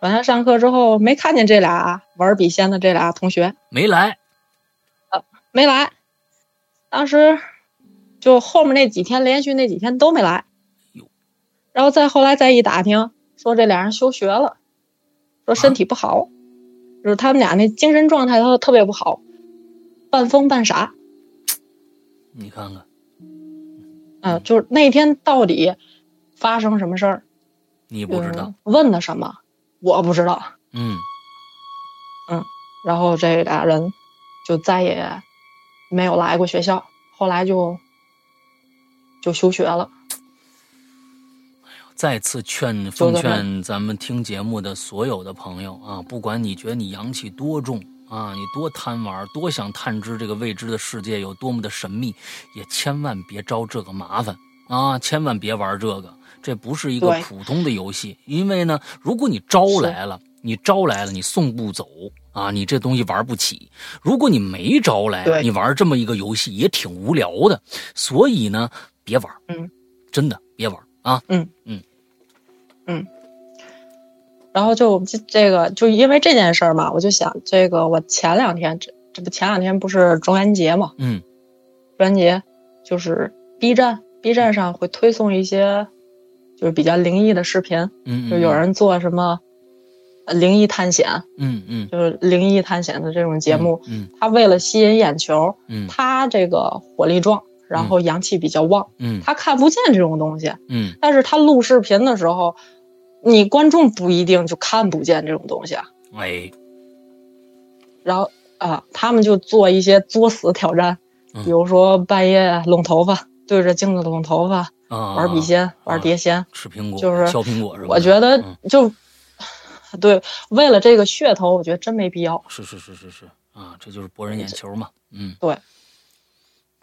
[SPEAKER 2] 转天上课之后没看见这俩玩笔仙的这俩同学
[SPEAKER 1] 没来，
[SPEAKER 2] 没来，当时就后面那几天连续那几天都没来
[SPEAKER 1] 哟，
[SPEAKER 2] 然后再后来再一打听，说这俩人休学了，说身体不
[SPEAKER 1] 啊
[SPEAKER 2] 好，就是他们俩那精神状态都特别不好，半疯半傻，
[SPEAKER 1] 你看看，
[SPEAKER 2] 嗯、就是那天到底发生什么事儿，
[SPEAKER 1] 你不知道
[SPEAKER 2] 嗯，问的什么，我不知道，
[SPEAKER 1] 嗯
[SPEAKER 2] 然后这俩人就再也没有来过学校，后来就就休学了。
[SPEAKER 1] 再次劝奉劝咱们听节目的所有的朋友啊，不管你觉得你阳气多重啊，你多贪玩，多想探知这个未知的世界有多么的神秘，也千万别招这个麻烦啊，千万别玩这个，这不是一个
[SPEAKER 2] 对
[SPEAKER 1] 普通的游戏，因为呢，如果你招
[SPEAKER 2] 是
[SPEAKER 1] 来了，你招来了，你送不走啊，你这东西玩不起。如果你没招来，
[SPEAKER 2] 对
[SPEAKER 1] 你玩这么一个游戏也挺无聊的，所以呢，别玩，
[SPEAKER 2] 嗯，
[SPEAKER 1] 真的别玩啊，
[SPEAKER 2] 然后就这这个就因为这件事儿嘛，我就想这个我前两天这这不前两天不是中元节嘛，
[SPEAKER 1] 嗯。
[SPEAKER 2] 中元节就是 B 站 B 站上会推送一些就是比较灵异的视频，
[SPEAKER 1] 嗯，
[SPEAKER 2] 就有人做什么呃灵异探险，
[SPEAKER 1] 嗯嗯
[SPEAKER 2] 就是灵异探险的这种节目，，
[SPEAKER 1] 嗯
[SPEAKER 2] 他为了吸引眼球，
[SPEAKER 1] 嗯
[SPEAKER 2] 他这个火力壮，然后阳气比较旺，
[SPEAKER 1] 嗯
[SPEAKER 2] 他看不见这种东西，
[SPEAKER 1] 嗯
[SPEAKER 2] 但是他录视频的时候，你观众不一定就看不见这种东西啊。
[SPEAKER 1] 嗯，哎，
[SPEAKER 2] 然后啊，他们就做一些作死挑战
[SPEAKER 1] 嗯，
[SPEAKER 2] 比如说半夜拢头发，对着镜子拢头发，
[SPEAKER 1] 啊，
[SPEAKER 2] 玩笔仙，玩碟仙。
[SPEAKER 1] 吃苹果，
[SPEAKER 2] 就是
[SPEAKER 1] 削苹果是吧？
[SPEAKER 2] 我觉得
[SPEAKER 1] 嗯
[SPEAKER 2] 就、 对，为了这个噱头，我觉得真没必要。
[SPEAKER 1] 是是是是是啊，这就是博人眼球嘛，嗯，
[SPEAKER 2] 对，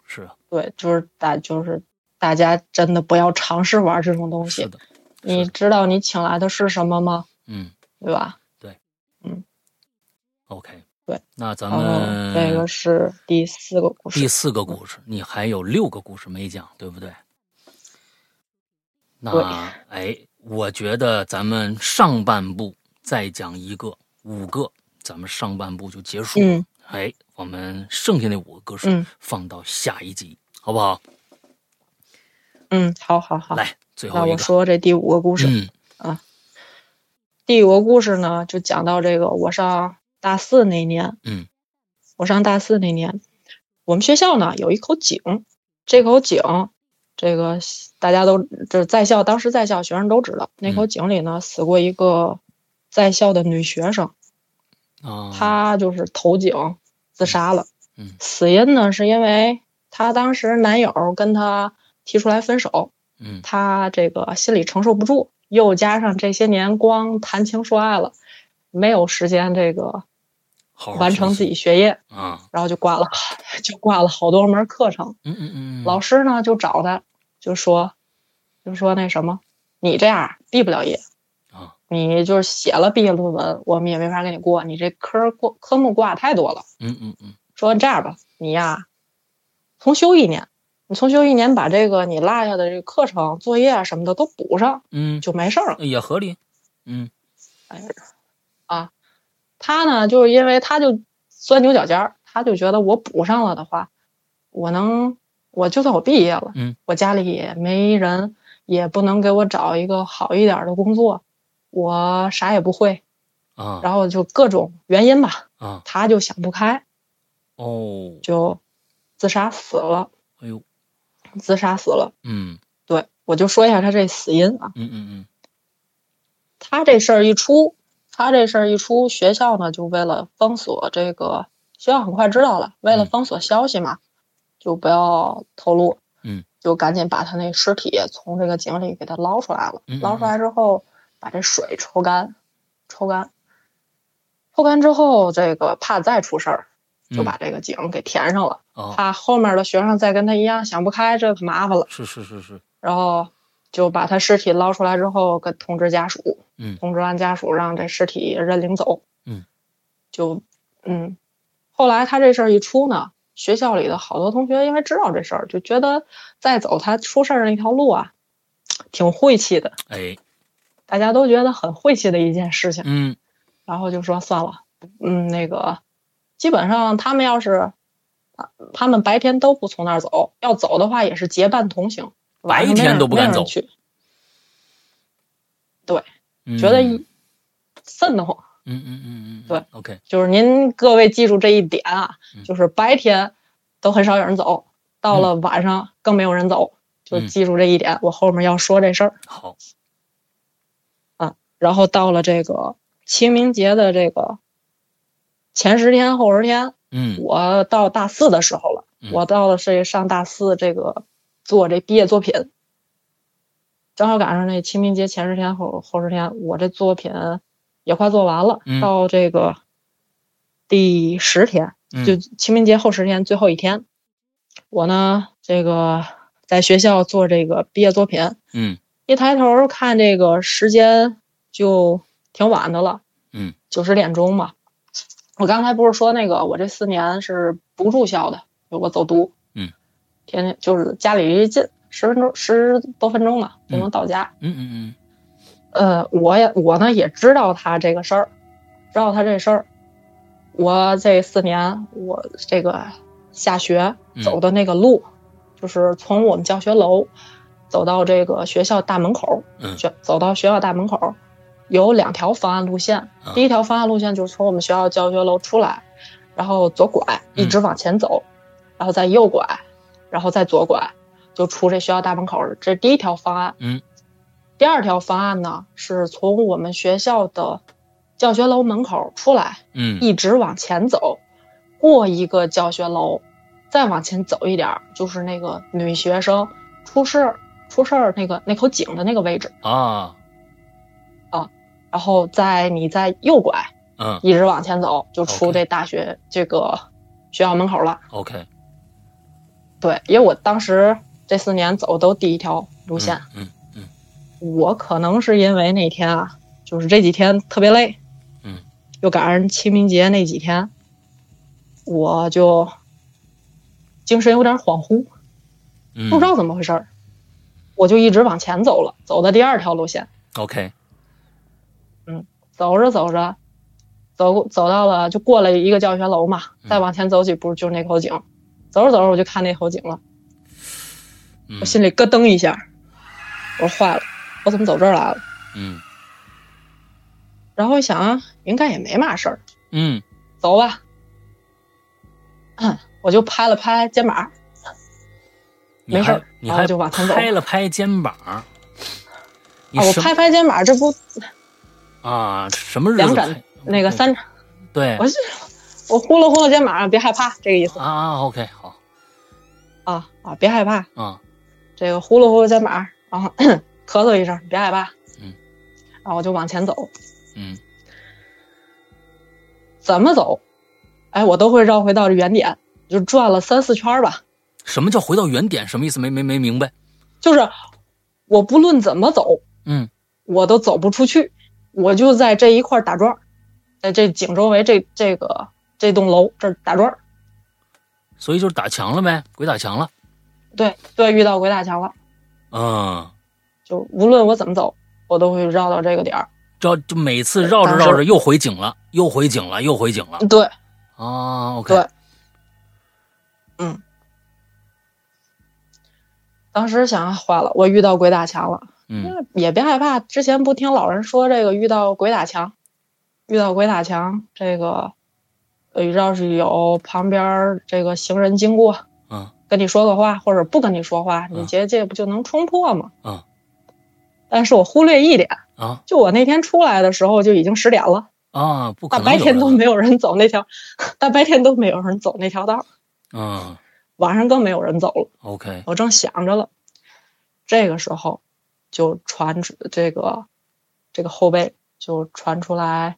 [SPEAKER 1] 是啊，
[SPEAKER 2] 对，就是大就是大家真的不要尝试玩这种东
[SPEAKER 1] 是
[SPEAKER 2] 西。
[SPEAKER 1] 的，
[SPEAKER 2] 你知道你请来的是什么吗？
[SPEAKER 1] 嗯
[SPEAKER 2] 对吧？
[SPEAKER 1] ，OK，
[SPEAKER 2] 对，
[SPEAKER 1] 那咱
[SPEAKER 2] 然后
[SPEAKER 1] 们
[SPEAKER 2] 这个是第四个故
[SPEAKER 1] 第
[SPEAKER 2] 事，
[SPEAKER 1] 四个故事，你还有六个故事没讲，对不对？那
[SPEAKER 2] 对
[SPEAKER 1] 哎，我觉得咱们上半部再讲一个，五个，咱们上半部就结束了。
[SPEAKER 2] 嗯
[SPEAKER 1] 哎，我们剩下那五个故事
[SPEAKER 2] 嗯
[SPEAKER 1] 放到下一集，好不好？
[SPEAKER 2] 嗯，好好好，
[SPEAKER 1] 来，最
[SPEAKER 2] 那
[SPEAKER 1] 后一
[SPEAKER 2] 我
[SPEAKER 1] 个，
[SPEAKER 2] 说这第五个故事，
[SPEAKER 1] 嗯
[SPEAKER 2] 第五个故事呢，就讲到这个我上大四那年，
[SPEAKER 1] 嗯，
[SPEAKER 2] 我上大四那年，我们学校呢有一口井，这口井这个大家都这在校当时在校学生都知道，
[SPEAKER 1] 嗯
[SPEAKER 2] 那口井里呢死过一个在校的女学生，
[SPEAKER 1] 啊，
[SPEAKER 2] 她就是投井自杀了。
[SPEAKER 1] 嗯
[SPEAKER 2] 死因呢是因为她当时男友跟她提出来分手，
[SPEAKER 1] 嗯
[SPEAKER 2] 她这个心里承受不住，又加上这些年光谈情说爱了，没有时间这个
[SPEAKER 1] 好好
[SPEAKER 2] 完成自己学业，
[SPEAKER 1] 休息啊，
[SPEAKER 2] 然后就挂了， 就挂了好多门课程。
[SPEAKER 1] 嗯嗯嗯，
[SPEAKER 2] 老师呢就找他，就说，就说那什么，你这样毕不了业
[SPEAKER 1] 啊，
[SPEAKER 2] 你就是写了毕业论文，我们也没法给你过，你这科儿过科目挂太多了。
[SPEAKER 1] 嗯嗯嗯
[SPEAKER 2] 说这样吧，你呀，重修一年，你重修一年，把这个你落下的这个课程、作业啊什么的都补上，
[SPEAKER 1] 嗯
[SPEAKER 2] 就没事儿了。
[SPEAKER 1] 嗯，也合理，嗯
[SPEAKER 2] 哎，啊，他呢，就是因为他就钻牛角尖儿，他就觉得我补上了的话，我能，我就算我毕业了，
[SPEAKER 1] 嗯，
[SPEAKER 2] 我家里也没人，也不能给我找一个好一点儿的工作，我啥也不会，
[SPEAKER 1] 啊
[SPEAKER 2] 然后就各种原因吧，
[SPEAKER 1] 啊
[SPEAKER 2] 他就想不开，
[SPEAKER 1] 哦，
[SPEAKER 2] 就自杀死了，
[SPEAKER 1] 哎呦，
[SPEAKER 2] 自杀死了。
[SPEAKER 1] 嗯
[SPEAKER 2] 对，我就说一下他这死因啊，
[SPEAKER 1] 嗯嗯
[SPEAKER 2] 他这事儿一出，他这事儿一出，学校呢就为了封锁这个，学校很快知道了，为了
[SPEAKER 1] 嗯
[SPEAKER 2] 封锁消息嘛，就不要透露，
[SPEAKER 1] 嗯，
[SPEAKER 2] 就赶紧把他那尸体从这个井里给他捞出来了，
[SPEAKER 1] 嗯嗯
[SPEAKER 2] 捞出来之后把这水抽干，抽干，抽干之后，这个怕再出事儿，
[SPEAKER 1] 嗯，
[SPEAKER 2] 就把这个井给填上了，
[SPEAKER 1] 哦，
[SPEAKER 2] 怕后面的学生再跟他一样想不开，这可麻烦了。
[SPEAKER 1] 是是是是，
[SPEAKER 2] 然后就把他尸体捞出来之后，跟通知家属，
[SPEAKER 1] 嗯
[SPEAKER 2] 通知完家属让这尸体认领走，
[SPEAKER 1] 嗯，
[SPEAKER 2] 就嗯，后来他这事儿一出呢，学校里的好多同学因为知道这事儿，就觉得再走他出事儿那条路啊，挺晦气的，
[SPEAKER 1] 哎，
[SPEAKER 2] 大家都觉得很晦气的一件事情，
[SPEAKER 1] 嗯
[SPEAKER 2] 然后就说算了，嗯，那个基本上他们要是。啊他们白天都不从那儿走，要走的话也是结伴同行。晚上
[SPEAKER 1] 白
[SPEAKER 2] 没
[SPEAKER 1] 天
[SPEAKER 2] 人
[SPEAKER 1] 都不敢
[SPEAKER 2] 没人
[SPEAKER 1] 走
[SPEAKER 2] 去，
[SPEAKER 1] 嗯
[SPEAKER 2] 觉得
[SPEAKER 1] 嗯
[SPEAKER 2] 瘆得慌。
[SPEAKER 1] 嗯嗯嗯，嗯
[SPEAKER 2] 对
[SPEAKER 1] ，OK，
[SPEAKER 2] 就是您各位记住这一点啊
[SPEAKER 1] 嗯，
[SPEAKER 2] 就是白天都很少有人走，到了晚上更没有人走，就
[SPEAKER 1] 嗯
[SPEAKER 2] 记住这一点。我后面要说这事儿。
[SPEAKER 1] 好，
[SPEAKER 2] 然后到了这个清明节的这个前十天后十天，
[SPEAKER 1] 嗯
[SPEAKER 2] 我到大四的时候了，
[SPEAKER 1] 嗯
[SPEAKER 2] 我到了是上大四这个做这毕业作品，正好赶上那清明节前十天后后十天，我这作品也快做完了，
[SPEAKER 1] 嗯
[SPEAKER 2] 到这个第十天，
[SPEAKER 1] 嗯
[SPEAKER 2] 就清明节后十天最后一天，我呢这个在学校做这个毕业作品，
[SPEAKER 1] 嗯
[SPEAKER 2] 一抬头看这个时间就挺晚的了，
[SPEAKER 1] 嗯，
[SPEAKER 2] 九十点钟嘛。我刚才不是说那个我这四年是不住校的，就我走读，
[SPEAKER 1] 嗯，
[SPEAKER 2] 天天就是家里离近，十分钟十多分钟吧就能到家。
[SPEAKER 1] 嗯嗯
[SPEAKER 2] 呃，我也我呢也知道他这个事儿，知道他这事儿。我这四年我这个下学
[SPEAKER 1] 嗯
[SPEAKER 2] 走的那个路，就是从我们教学楼走到这个学校大门口，
[SPEAKER 1] 嗯
[SPEAKER 2] 学走到学校大门口，有两条方案路线。
[SPEAKER 1] 啊
[SPEAKER 2] 第一条方案路线就是从我们学校教学楼出来，然后左拐，
[SPEAKER 1] 嗯
[SPEAKER 2] 一直往前走，然后再右拐，然后再左拐，就出这学校大门口了。这是第一条方案。
[SPEAKER 1] 嗯。
[SPEAKER 2] 第二条方案呢，是从我们学校的教学楼门口出来，
[SPEAKER 1] 嗯嗯，
[SPEAKER 2] 一直往前走，过一个教学楼，再往前走一点儿，就是那个女学生出事出事儿那个那口井的那个位置，
[SPEAKER 1] 啊，
[SPEAKER 2] 然后再你再右拐，
[SPEAKER 1] 嗯
[SPEAKER 2] 一直往前走，就出
[SPEAKER 1] OK
[SPEAKER 2] 这大学这个学校门口了。
[SPEAKER 1] ，OK，
[SPEAKER 2] 对，因为我当时这四年走都第一条路线，
[SPEAKER 1] 嗯嗯
[SPEAKER 2] 我可能是因为那天啊，就是这几天特别累，
[SPEAKER 1] 嗯，
[SPEAKER 2] 又赶上清明节那几天，我就精神有点恍惚，
[SPEAKER 1] 嗯，
[SPEAKER 2] 不知道怎么回事儿，我就一直往前走了，走的第二条路线，
[SPEAKER 1] ，OK，
[SPEAKER 2] 走着走着，走走到了就过了一个教学楼嘛，
[SPEAKER 1] 嗯
[SPEAKER 2] 再往前走几步就是那口井，走着走着我就看那口井了，
[SPEAKER 1] 嗯
[SPEAKER 2] 我心里咯噔一下，我说坏了，我怎么走这儿来了？
[SPEAKER 1] 嗯
[SPEAKER 2] 然后一想啊，应该也没嘛事儿，
[SPEAKER 1] 嗯
[SPEAKER 2] 走嗯吧。我就拍了拍肩膀，
[SPEAKER 1] 你
[SPEAKER 2] 没事
[SPEAKER 1] 还
[SPEAKER 2] 儿
[SPEAKER 1] 你
[SPEAKER 2] 然后
[SPEAKER 1] 还
[SPEAKER 2] 就往前走
[SPEAKER 1] 拍了拍肩膀，你
[SPEAKER 2] 啊，我
[SPEAKER 1] 什
[SPEAKER 2] 拍拍肩膀，这不
[SPEAKER 1] 啊什么日
[SPEAKER 2] 两
[SPEAKER 1] 子
[SPEAKER 2] 盏
[SPEAKER 1] 拍？
[SPEAKER 2] 那个
[SPEAKER 1] 嗯
[SPEAKER 2] 三，
[SPEAKER 1] 对
[SPEAKER 2] 我是我呼了呼了肩膀，别害怕，这个意思
[SPEAKER 1] 啊啊，OK 好
[SPEAKER 2] 啊啊，别害怕，
[SPEAKER 1] 啊
[SPEAKER 2] 这个呼噜呼噜肩膀，然后咳嗽一声，别害怕，
[SPEAKER 1] 嗯，
[SPEAKER 2] 然后我就往前走，
[SPEAKER 1] 嗯
[SPEAKER 2] 怎么走，哎，我都会绕回到这原点，就转了三四圈儿吧，
[SPEAKER 1] 什么叫回到原点？什么意思？没没没明白。
[SPEAKER 2] 就是我不论怎么走，
[SPEAKER 1] 嗯
[SPEAKER 2] 我都走不出去，我就在这一块儿打转儿，在这井周围这这个这栋楼这儿打转儿，
[SPEAKER 1] 所以就是打墙了呗，鬼打墙了。
[SPEAKER 2] 对对，遇到鬼打墙了，
[SPEAKER 1] 嗯，
[SPEAKER 2] 就无论我怎么走，我都会绕到这个点儿，
[SPEAKER 1] 绕就每次绕着
[SPEAKER 2] 当时
[SPEAKER 1] 绕着又回井了，又回井了，又回井了。
[SPEAKER 2] 对，
[SPEAKER 1] 啊，OK，
[SPEAKER 2] 对当时想啊坏了，我遇到鬼打墙了。
[SPEAKER 1] 嗯
[SPEAKER 2] 那也别害怕，之前不听老人说这个遇到鬼打墙，遇到鬼打墙，这个呃要是有旁边儿这个行人经过，
[SPEAKER 1] 嗯
[SPEAKER 2] 跟你说个话或者不跟你说话，
[SPEAKER 1] 嗯
[SPEAKER 2] 你结界不就能冲破吗？
[SPEAKER 1] 嗯。
[SPEAKER 2] 但是我忽略一点，
[SPEAKER 1] 啊
[SPEAKER 2] 就我那天出来的时候就已经十点了，
[SPEAKER 1] 啊，不可
[SPEAKER 2] 大
[SPEAKER 1] 能
[SPEAKER 2] 白天
[SPEAKER 1] 有
[SPEAKER 2] 都
[SPEAKER 1] 人
[SPEAKER 2] 没有人走那条， 大白天都没有人走那条道，
[SPEAKER 1] 嗯
[SPEAKER 2] 晚上更没有人走了。
[SPEAKER 1] ，OK，
[SPEAKER 2] 我正想着了，这个时候就传出这个这个后背就传出来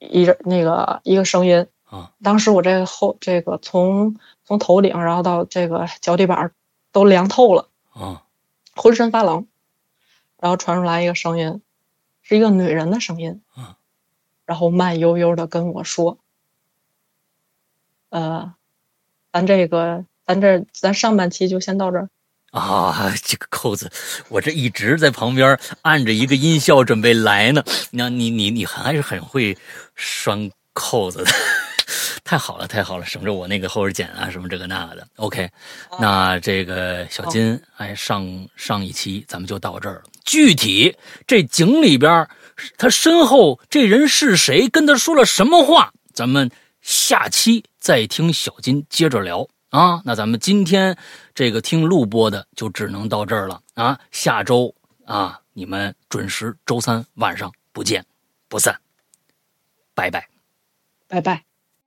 [SPEAKER 2] 一个那个一个声音
[SPEAKER 1] 啊。
[SPEAKER 2] 当时我这个后这个从从头顶然后到这个脚底板儿都凉透了，
[SPEAKER 1] 啊
[SPEAKER 2] 浑身发冷。然后传出来一个声音，是一个女人的声音
[SPEAKER 1] 啊。
[SPEAKER 2] 然后慢悠悠的跟我说：“呃，咱这个咱这咱上半期就先到这儿。”
[SPEAKER 1] 啊，这个扣子，我这一直在旁边按着一个音效准备来呢。那你你你还是很会拴扣子的， 太好了太好了，省着我那个后边剪啊什么这个那的。OK，那这个小金，哎，上上一期咱们就到这儿了。具体这井里边他身后这人是谁，跟他说了什么话，咱们下期再听小金接着聊啊。那咱们今天这个听录播的就只能到这儿了啊，下周啊你们准时周三晚上不见不散，拜拜。
[SPEAKER 2] 拜拜。